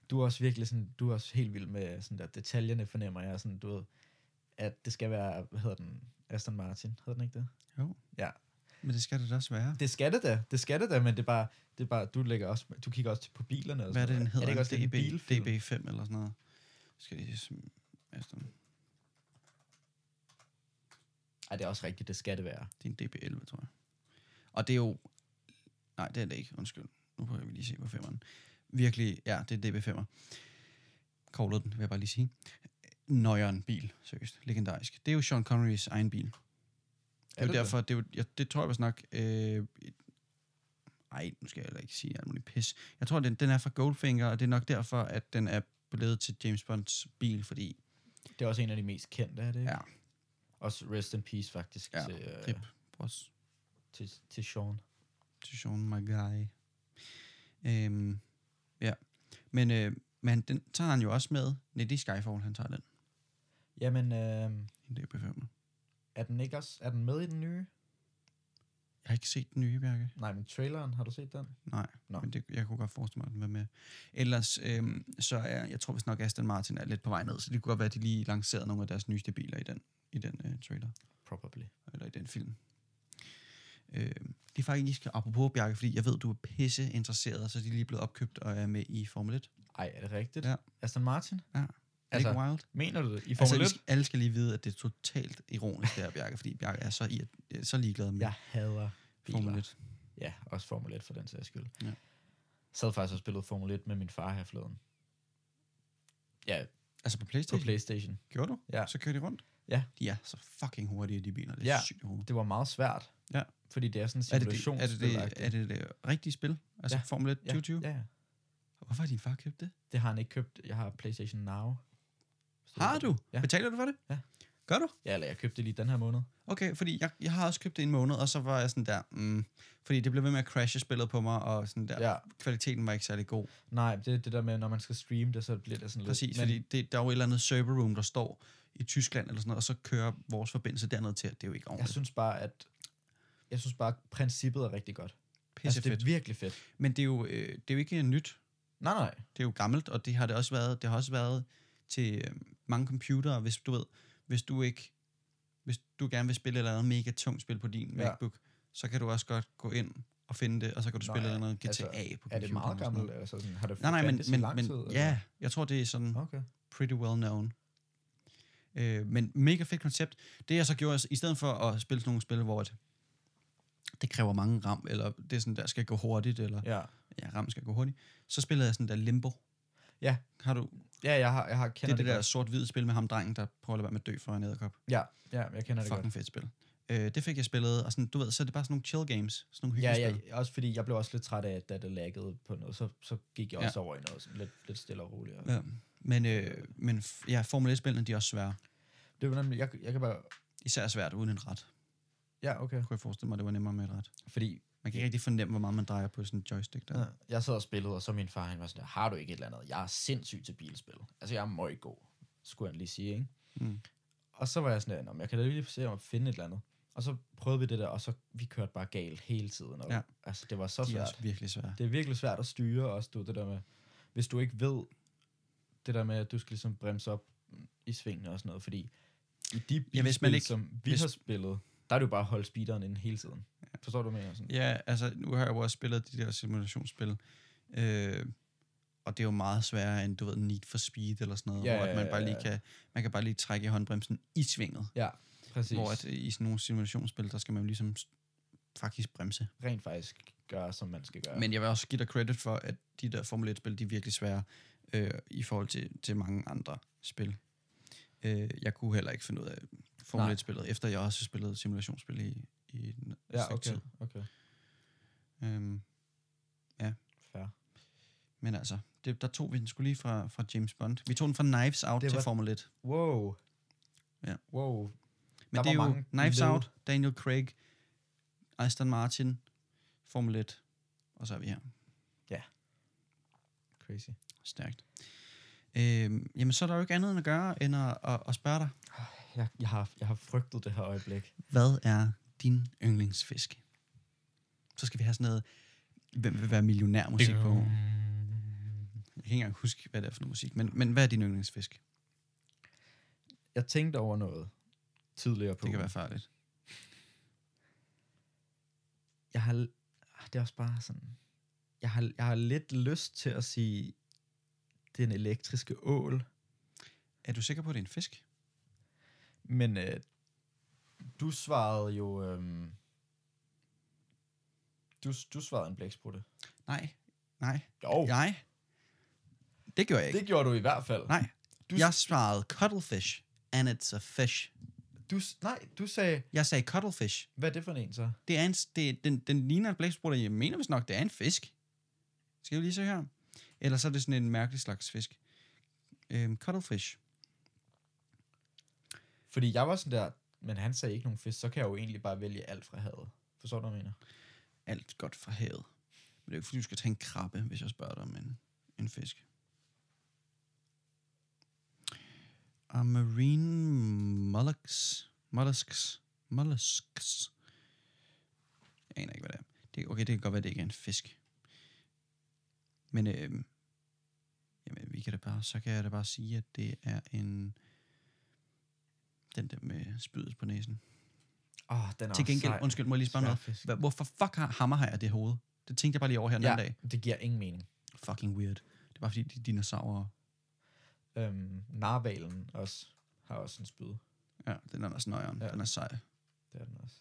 S1: Du er også virkelig sådan... Du er også helt vild med sådan der detaljerne, fornemmer jeg. Sådan, du ved, at det skal være... Hvad hedder den? Aston Martin, hedder den ikke det?
S2: Men det skal det da også være.
S1: Det skal det da, det skal det da, men det er bare, det er bare du, lægger også, du kigger også til- på bilerne. Og
S2: Hvad er det,
S1: sådan
S2: den
S1: noget. Er
S2: hedder?
S1: det ikke også lidt en bilfilm?
S2: DB, DB5 eller sådan noget. Skal jeg altså, lige sm- Aston.
S1: Ej, det er også rigtigt, det skal det være.
S2: Det er en DB11, tror jeg. Og det er jo... Nej, det er det ikke. Undskyld. Nu prøver jeg lige at se på femmeren. Virkelig, ja, det er DB5'er. Koglet den, vil jeg bare lige sige. Nøjeren bil, seriøst. Legendarisk. Det er jo Sean Connerys egen bil. Det er,
S1: Er
S2: jo
S1: det
S2: derfor, det, er jo, jeg, det tror jeg var snak... Øh, ej, nu skal jeg heller ikke sige alt muligt pis. Jeg tror, den, den er fra Goldfinger, og det er nok derfor, at den er blevet til James Bonds bil, fordi
S1: Det er også en af de mest kendte, er det ikke?
S2: Ja.
S1: Også Rest in Peace, faktisk,
S2: Ja,
S1: til, øh,
S2: rip. vores
S1: til, til Sean.
S2: Sean Magai. Øhm, ja. Men, øh, men den tager han jo også med. Nej, det er Skyfall, han tager den.
S1: Jamen, øh,
S2: Det er befærdende.
S1: er den ikke også, er den med i den nye?
S2: Jeg har ikke set den nye, Bjarke.
S1: Nej, men traileren, har du set den?
S2: Nej,
S1: Nå.
S2: Nå. men det, jeg kunne godt forestille mig, at den var med. Ellers, øhm, så er, jeg tror vist nok, Aston Martin er lidt på vej ned, så det kunne godt være, at de lige lancerede nogle af deres nyeste biler i den, i den øh, trailer,
S1: Probably.
S2: eller i den film. Øhm, det er faktisk, apropos Bjarke, fordi jeg ved, du er pisse interesseret, så de er lige blevet opkøbt og er med i Formel 1.
S1: Ej, er det rigtigt?
S2: Ja.
S1: Aston Martin?
S2: Ja. Altså,
S1: Altså,
S2: ikke wild?
S1: mener du det? I
S2: Altså,
S1: Formel
S2: alle,
S1: 1?
S2: skal, alle skal lige vide, at det er totalt ironisk, det her, Bjarke, fordi Bjarke er så, irri- øh, så ligeglad med
S1: Jeg hader biler.
S2: Formel 1.
S1: Ja, også Formel 1 for den sags skyld.
S2: Ja.
S1: Sad faktisk og spillede Formel 1 med min far her forleden. Ja,
S2: Altså på
S1: på
S2: Playstation?
S1: Playstation.
S2: Gjorde du?
S1: Ja.
S2: Så kører de rundt?
S1: Ja.
S2: De er så fucking hurtige, de biler. Det er
S1: Ja.
S2: ja. sygt i hovedet.
S1: Det var meget svært.
S2: Ja.
S1: Fordi det er sådan en
S2: Er det det,
S1: simulation.
S2: er, det det, er det det rigtige spil? Altså
S1: Ja.
S2: ja. Formel 1
S1: Ja,
S2: 2020? Ja.
S1: Ja, ja.
S2: Hvorfor har din far købt det?
S1: Det har han ikke købt. Jeg har Playstation Now. Så-
S2: Har du?
S1: Ja.
S2: Ja. Betaler du for det?
S1: Ja.
S2: Gør du?
S1: Ja, eller jeg købte det lige den her måned.
S2: Okay, fordi jeg, jeg har også købt det i en måned, og så var jeg sådan der, mm, fordi det blev ved med at crashe spillet på mig, og sådan der, ja. kvaliteten var ikke særlig god.
S1: Nej, det er det der med, når man skal streame det, så bliver det sådan lidt...
S2: Præcis,
S1: men,
S2: fordi det, der er jo et eller andet serverroom, der står i Tyskland eller sådan noget, og så kører vores forbindelse dernede til, at det er jo ikke
S1: Jeg
S2: ordentligt.
S1: synes bare, at... Jeg synes bare, at princippet er rigtig godt. Altså,
S2: Pisse
S1: det
S2: fedt.
S1: er virkelig fedt.
S2: Men det er jo, øh, det er jo ikke nyt.
S1: Nej, nej.
S2: Det er jo gammelt, og det har det også været. Det har også været til øh, mange computere, hvis du ved, hvis du ikke, hvis du gerne vil spille et eller andet mega tungt spil på din
S1: Ja.
S2: ja. MacBook, så kan du også godt gå ind og finde det, og så kan du
S1: Nå
S2: spille et
S1: ja,
S2: eller andet GTA
S1: altså,
S2: altså, på computeren.
S1: Er det
S2: og
S1: meget
S2: sådan noget.
S1: gammelt? Altså, sådan, har det
S2: Nej, nej, men,
S1: fandtes i
S2: men,
S1: lang
S2: men
S1: tid, eller?
S2: ja, jeg tror, det er sådan
S1: Okay.
S2: pretty well known. Øh, men mega fedt koncept. Det jeg så gjorde, altså, i stedet for at spille sådan nogle spil, hvor det, det kræver mange ram, eller det er sådan, der skal gå hurtigt, eller
S1: Ja.
S2: ja, ram skal gå hurtigt, så spillede jeg sådan der Limbo.
S1: Ja.
S2: Har du,
S1: Ja, jeg har, jeg har
S2: det er
S1: kender
S2: det,
S1: det,
S2: der
S1: godt.
S2: sort-hvide spil med ham drengen, der prøver at lade være med at dø for en æderkop.
S1: Ja, ja, jeg kender det godt.
S2: Fucking fedt spil. Øh, det fik jeg spillet, og sådan, du ved, så er det bare sådan nogle chill games, sådan nogle
S1: Ja,
S2: hyggelige spil.
S1: ja, også fordi jeg blev også lidt træt af, da det laggede på noget, så, så gik jeg
S2: Ja.
S1: også over i noget sådan lidt, lidt stille og roligt.
S2: Ja. Men, øh, men f- ja, Formel 1-spillene, de er også svære.
S1: Det var nemlig, jeg, jeg kan bare,
S2: Især svært uden en ret.
S1: ja, okay.
S2: Kunne jeg forestille mig, det var nemmere med et ret.
S1: Fordi
S2: Man kan ikke rigtig fornemme, hvor meget man drejer på sådan en joystick der.
S1: ja. jeg sad og spillede, og så min far, han var sådan, der, har du ikke et eller andet? Jeg er sindssyg til bilspil. Altså, jeg er møg god, skulle han lige sige, ikke?
S2: Mm.
S1: Og så var jeg sådan, "Nå, men jeg kan da lige se, om jeg kan finde et eller andet. Og så prøvede vi det der, og så vi kørte bare galt hele tiden. Og,
S2: Ja.
S1: Altså, det var så
S2: De er
S1: svært.
S2: også virkelig svære.
S1: Det er virkelig svært at styre også, du, det der med, hvis du ikke ved, det der med, at du skal ligesom bremse op i svingene og sådan noget, fordi i de
S2: Ja, hvis man
S1: bilspil,
S2: ikke-
S1: som vi
S2: hvis-
S1: har spillet, der er det jo bare at holde speederen inde hele tiden. Forstår du, hvad jeg mener? Sådan?
S2: Ja, altså, nu har jeg jo også spillet de der simulationsspil, øh, og det er jo meget sværere end, du ved, Need for Speed eller sådan noget,
S1: Ja,
S2: ja, hvor at man,
S1: ja,
S2: bare
S1: ja,
S2: lige
S1: ja.
S2: kan, man kan bare lige trække i håndbremsen i svinget,
S1: Ja, præcis.
S2: hvor at øh, i sådan nogle simulationsspil, der skal man jo ligesom s- faktisk bremse.
S1: Rent faktisk gøre, som man skal gøre.
S2: Men jeg vil også give dig credit for, at de der Formel 1-spil, de er virkelig svære øh, i forhold til, til mange andre spil. Øh, jeg kunne heller ikke finde ud af
S1: Nej.
S2: Formel 1-spillet, efter jeg også spillede simulationsspil i, i en
S1: ja,
S2: stykke
S1: okay,
S2: tid.
S1: okay.
S2: Øhm,
S1: Fair.
S2: men altså, det, der tog vi den skulle lige fra, fra James Bond. Vi tog den fra Knives Out
S1: Det
S2: til
S1: var-
S2: Formel 1.
S1: Wow.
S2: Ja.
S1: Wow.
S2: Men
S1: Der
S2: det er
S1: var
S2: jo
S1: mange
S2: Knives
S1: led.
S2: Out, Daniel Craig, Aston Martin, Formel 1, og så er vi her.
S1: Crazy.
S2: Stærkt. Øhm, jamen, så er der jo ikke andet end at gøre, end at, at, at spørge dig,
S1: Jeg, jeg, har, jeg har frygtet det her øjeblik.
S2: Hvad er din yndlingsfisk? Så skal vi have sådan noget, hvem vil være millionær musik på. Jeg kan ikke engang huske, hvad det er for noget musik, men, men hvad er din yndlingsfisk?
S1: Jeg tænkte over noget tidligere på.
S2: Det
S1: ugen.
S2: kan være farligt.
S1: jeg har, ah, det er også bare sådan, jeg har, jeg har lidt lyst til at sige, den elektriske ål,
S2: Er du sikker på, at det er en fisk?
S1: men øh, du svarede jo, øh, du, du svarede en blæksprutte.
S2: Nej, nej,
S1: Jo, ja,
S2: jeg. Det gjorde jeg ikke.
S1: Oh. det gjorde du i hvert fald.
S2: Nej,
S1: Du-
S2: du... jeg svarede cuttlefish, and it's a fish.
S1: Du, s- nej, du sagde,
S2: Jeg sagde cuttlefish.
S1: hvad er det for en så?
S2: Det er en, s- det, den, den ligner en blæksprutte, jeg mener vist nok, det er en fisk. Skal vi lige se her? Eller så er det sådan en mærkelig slags fisk. Øhm, cuttlefish.
S1: Fordi jeg var sådan der, men han sagde ikke nogen fisk, så kan jeg jo egentlig bare vælge alt fra havet. Forstår du, hvad jeg mener?
S2: alt godt fra havet. Men det er jo ikke, fordi du skal tage en krabbe, hvis jeg spørger dig om en, en fisk. Og marine mollusks. Mollusks. Mollusks. Jeg aner ikke, hvad det er. Det, okay, det kan godt være, det ikke er en fisk. Men øh, jamen, vi kan da bare, så kan jeg da bare sige, at det er en... Den der med spydet på næsen.
S1: Åh, oh, den er
S2: Til
S1: også
S2: gengæld,
S1: sej.
S2: undsld, må jeg lige spørge noget.
S1: Sværfisk.
S2: Hva- Hvorfor fuck har hammerhajer det hoved? Det tænkte jeg bare lige over her den
S1: Ja,
S2: anden dag.
S1: det giver ingen mening.
S2: Fucking weird. Det var fordi, de er dinosaurer...
S1: Øhm, narvalen også har også en spyd.
S2: Ja, den er også nøjeren. Ja.
S1: Ja.
S2: Den er sej.
S1: Det er den også.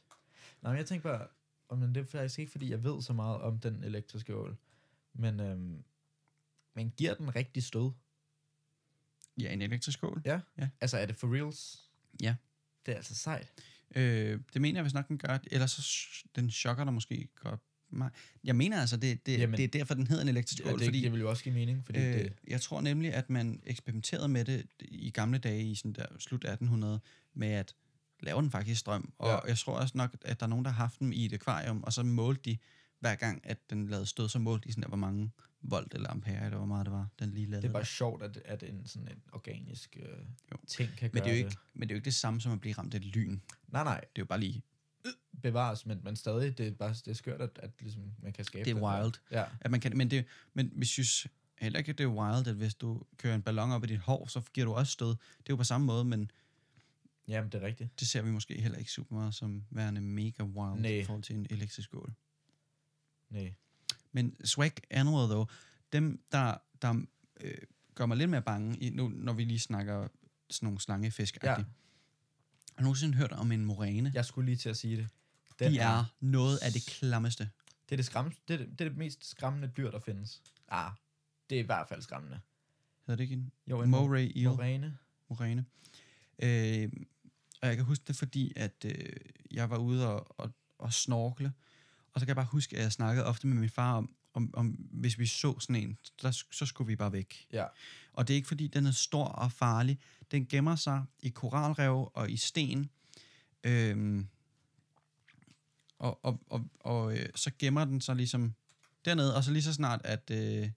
S1: Nej, men jeg tænker bare, og men det er faktisk ikke, fordi jeg ved så meget om den elektriske ål, men, øhm, men giver den rigtig stød?
S2: Ja, en elektrisk skål.
S1: Altså, er det for reals?
S2: Ja.
S1: Det er altså sejt.
S2: Øh, det mener jeg, hvis nok den gør. Ellers så sh- den chokker dig måske godt. Nej, Jeg mener altså, det, det,
S1: Jamen.
S2: det er derfor, den hedder en elektrisk
S1: Ja,
S2: skål.
S1: det,
S2: fordi,
S1: fordi, det vil jo også give mening, fordi øh,
S2: øh,
S1: det,
S2: jeg tror nemlig, at man eksperimenterede med det i gamle dage i sådan der slut 1800, med at lave den faktisk strøm. Og
S1: Ja.
S2: ja. jeg tror også nok, at der er nogen, der har haft dem i et akvarium, og så målte de hver gang, at den lavede stød, så målte de sådan der, hvor mange volt eller ampere, eller hvor meget det var, den lige lavede.
S1: det er bare sjovt, at, at en sådan en organisk øh,
S2: Jo.
S1: ting kan
S2: men,
S1: gøre
S2: det er jo ikke, men det er jo ikke det samme som at blive ramt af et lyn.
S1: Nej, nej,
S2: Det er jo bare lige,
S1: bevares, men, men stadig, det er, bare, det er skørt, at, at ligesom, man kan skabe
S2: det er
S1: den der-
S2: wild.
S1: Ja,
S2: At man kan, men, det, men vi synes heller ikke, at det er wild, at hvis du kører en ballon op i dit hår, så giver du også stød. Det er jo på samme måde, men
S1: jamen det er rigtigt.
S2: det ser vi måske heller ikke super meget som værende mega wild
S1: Næ.
S2: nee. i forhold til en elektrisk skål.
S1: Nej.
S2: Men swag animal, though, dem, der, der øh, gør mig lidt mere bange, i, nu, når vi lige snakker sådan nogle slangefisk
S1: Ja,
S2: ja. Har du nogensinde hørt om en moræne?
S1: jeg skulle lige til at sige det.
S2: Ja, De er noget af det klammeste.
S1: Det er det, skræm, det, er det, det, er det mest skræmmende dyr, der findes. Ah, det er i hvert fald skræmmende.
S2: Hedder det ikke en?
S1: Jo,
S2: en moray eel.
S1: moræne.
S2: Morene. Øh, og jeg kan huske det, fordi at øh, jeg var ude og, og, og snorkle, og så kan jeg bare huske, at jeg snakkede ofte med min far om, om, om hvis vi så sådan en, der, sk- så skulle vi bare væk.
S1: Ja.
S2: Og det er ikke, fordi den er stor og farlig. Den gemmer sig i koralrev og i sten. Øhm, og og, og, og øh, så gemmer den sig ligesom dernede, og så lige så snart, at... Øh, ej,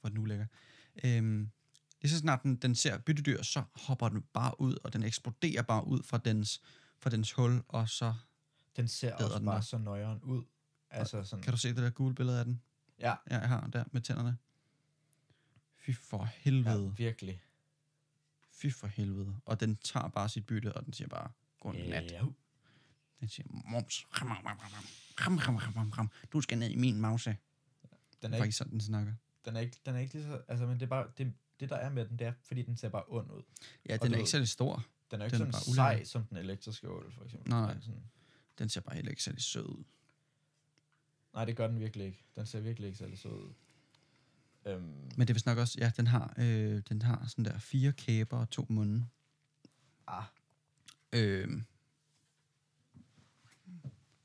S2: hvor er den ulækker. Øhm, lige så snart den, den ser byttedyr, så hopper den bare ud, og den eksploderer bare ud fra dens, fra dens hul, og så
S1: Den ser
S2: Æder
S1: også
S2: den
S1: bare
S2: bare?
S1: så nøjeren ud. Altså sådan,
S2: kan du se det der gule billede af den?
S1: Ja.
S2: Ja, jeg har der med tænderne. Fy for
S1: ja,
S2: helvede.
S1: virkelig.
S2: Fy for helvede. Og den tager bare sit bytte, og den siger bare, godnat.
S1: Ja. uh,
S2: Den siger, moms, ram, ram, ram, ram, ram, ram, ram, ram, ram. du skal ned i min mause. Det
S1: Den er,
S2: er
S1: ikke,
S2: faktisk sådan, den snakker.
S1: den, er ikke, den er ikke lige så... Altså, men det er bare... Det, det, der er med den, det er, fordi den ser bare ond ud.
S2: Ja,
S1: du
S2: den er
S1: ved-
S2: ikke særlig stor.
S1: Den er jo ikke
S2: Den
S1: sådan
S2: er bare
S1: sej
S2: ulækker.
S1: som den elektriske ål, for eksempel.
S2: Nej,
S1: Den
S2: nej.
S1: er Sådan,
S2: Den ser bare heller ikke særlig sød ud.
S1: nej, det gør den virkelig ikke. Den ser virkelig ikke særlig sød ud. Øhm,
S2: Men det er vist nok også, ja, den har, øh, den har sådan der fire kæber og to munde.
S1: ah,
S2: Øh,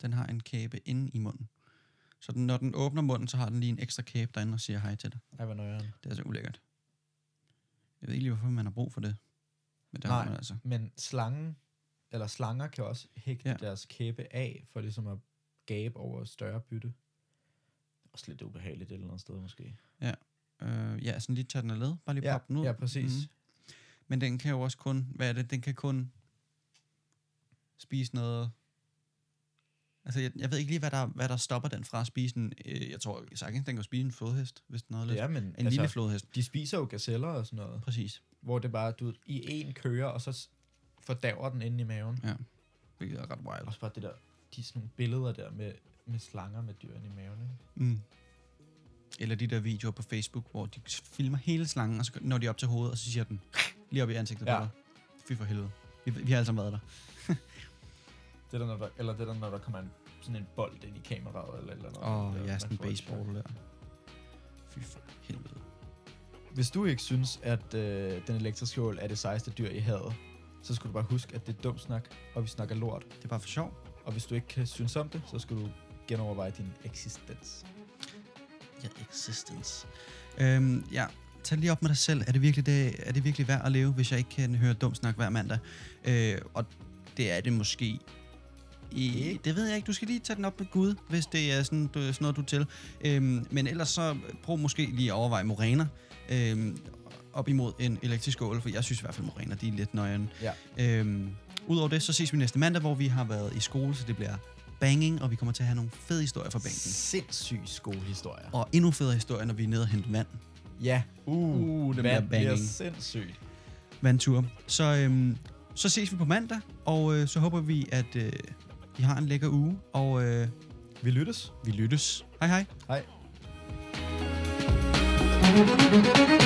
S2: den har en kæbe inde i munden. Så den, når den åbner munden, så har den lige en ekstra kæbe derinde og siger hej til dig.
S1: ej, hvor nøjeren.
S2: Det er altså ulækkert. Jeg ved ikke lige, hvorfor man har brug for det. Men det har
S1: Nej.
S2: man altså.
S1: Men slangen, eller slanger kan også hægte
S2: Ja.
S1: ja. deres kæbe af, for ligesom at gabe over større bytte. Også lidt ubehageligt et eller andet sted, måske.
S2: Øh, ja, sådan lige tage den af led. Bare lige ja, poppe den ud.
S1: ja præcis.
S2: Mhm. Men den kan jo også kun, hvad er det, den kan kun spise noget... Altså, jeg, jeg ved ikke lige, hvad der, hvad der stopper den fra at spise en... Øh, jeg tror sagtens, den kan spise en flodhest, hvis den har lyst.
S1: Det er, men
S2: En altså, lille flodhest.
S1: de spiser jo gazeller og sådan noget,
S2: Præcis.
S1: hvor det bare, du ved, i en kører, og så s- fordaver den inde i maven.
S2: Hvilket er ret wild.
S1: Også bare det der, de sådan nogle billeder der med, med slanger med dyrene i maven. Ikke?
S2: Mm. Eller de der videoer på Facebook, hvor de filmer hele slangen, og så når de op til hovedet, og så siger den lige op i ansigtet ja.
S1: Ja.
S2: på dig. Fy for helvede. Vi, vi har alle sammen været der.
S1: Det der, når der, eller det der, når der kommer en, sådan en bold ind i kameraet, eller eller andet.
S2: Åh,
S1: Der-
S2: oh, ja,
S1: man
S2: sådan en
S1: får et
S2: baseball der. Fy for helvede.
S1: Hvis du ikke synes, at øh, den elektriske ål er det sejeste dyr i havet, så skal du bare huske, at det er dum snak, og vi snakker lort.
S2: Det er bare for sjov.
S1: Og hvis du ikke kan synes om det, så skal du genoverveje din eksistens.
S2: Ja, existence. Øhm, ja, tag lige op med dig selv. Er det virkelig, det, er det virkelig værd at leve, hvis jeg ikke kan høre dum snak hver mandag? Øh, og det er det måske I, det ved jeg ikke. Du skal lige tage den op med Gud, hvis det er sådan, du, sådan noget, du er til. Øhm, men ellers så prøv måske lige at overveje moræner øhm, op imod en elektrisk ål, for jeg synes i hvert fald, moræner de er lidt nøjeren.
S1: Ja.
S2: Øhm, Udover det, så ses vi næste mandag, hvor vi har været i skole, så det bliver banging, og vi kommer til at have nogle fede historier fra bænken.
S1: Sindssyg skolehistorie.
S2: Og endnu federe historier, når vi er nede og hente vand.
S1: Ja.
S2: Uh, det
S1: Hvad
S2: bliver
S1: bliver
S2: banging.
S1: sindssygt.
S2: vandtur. Så, øhm, så ses vi på mandag, og øh, så håber vi, at øh, I har en lækker uge, og øh,
S1: Vi lyttes.
S2: vi lyttes. Hej hej.
S1: Hej.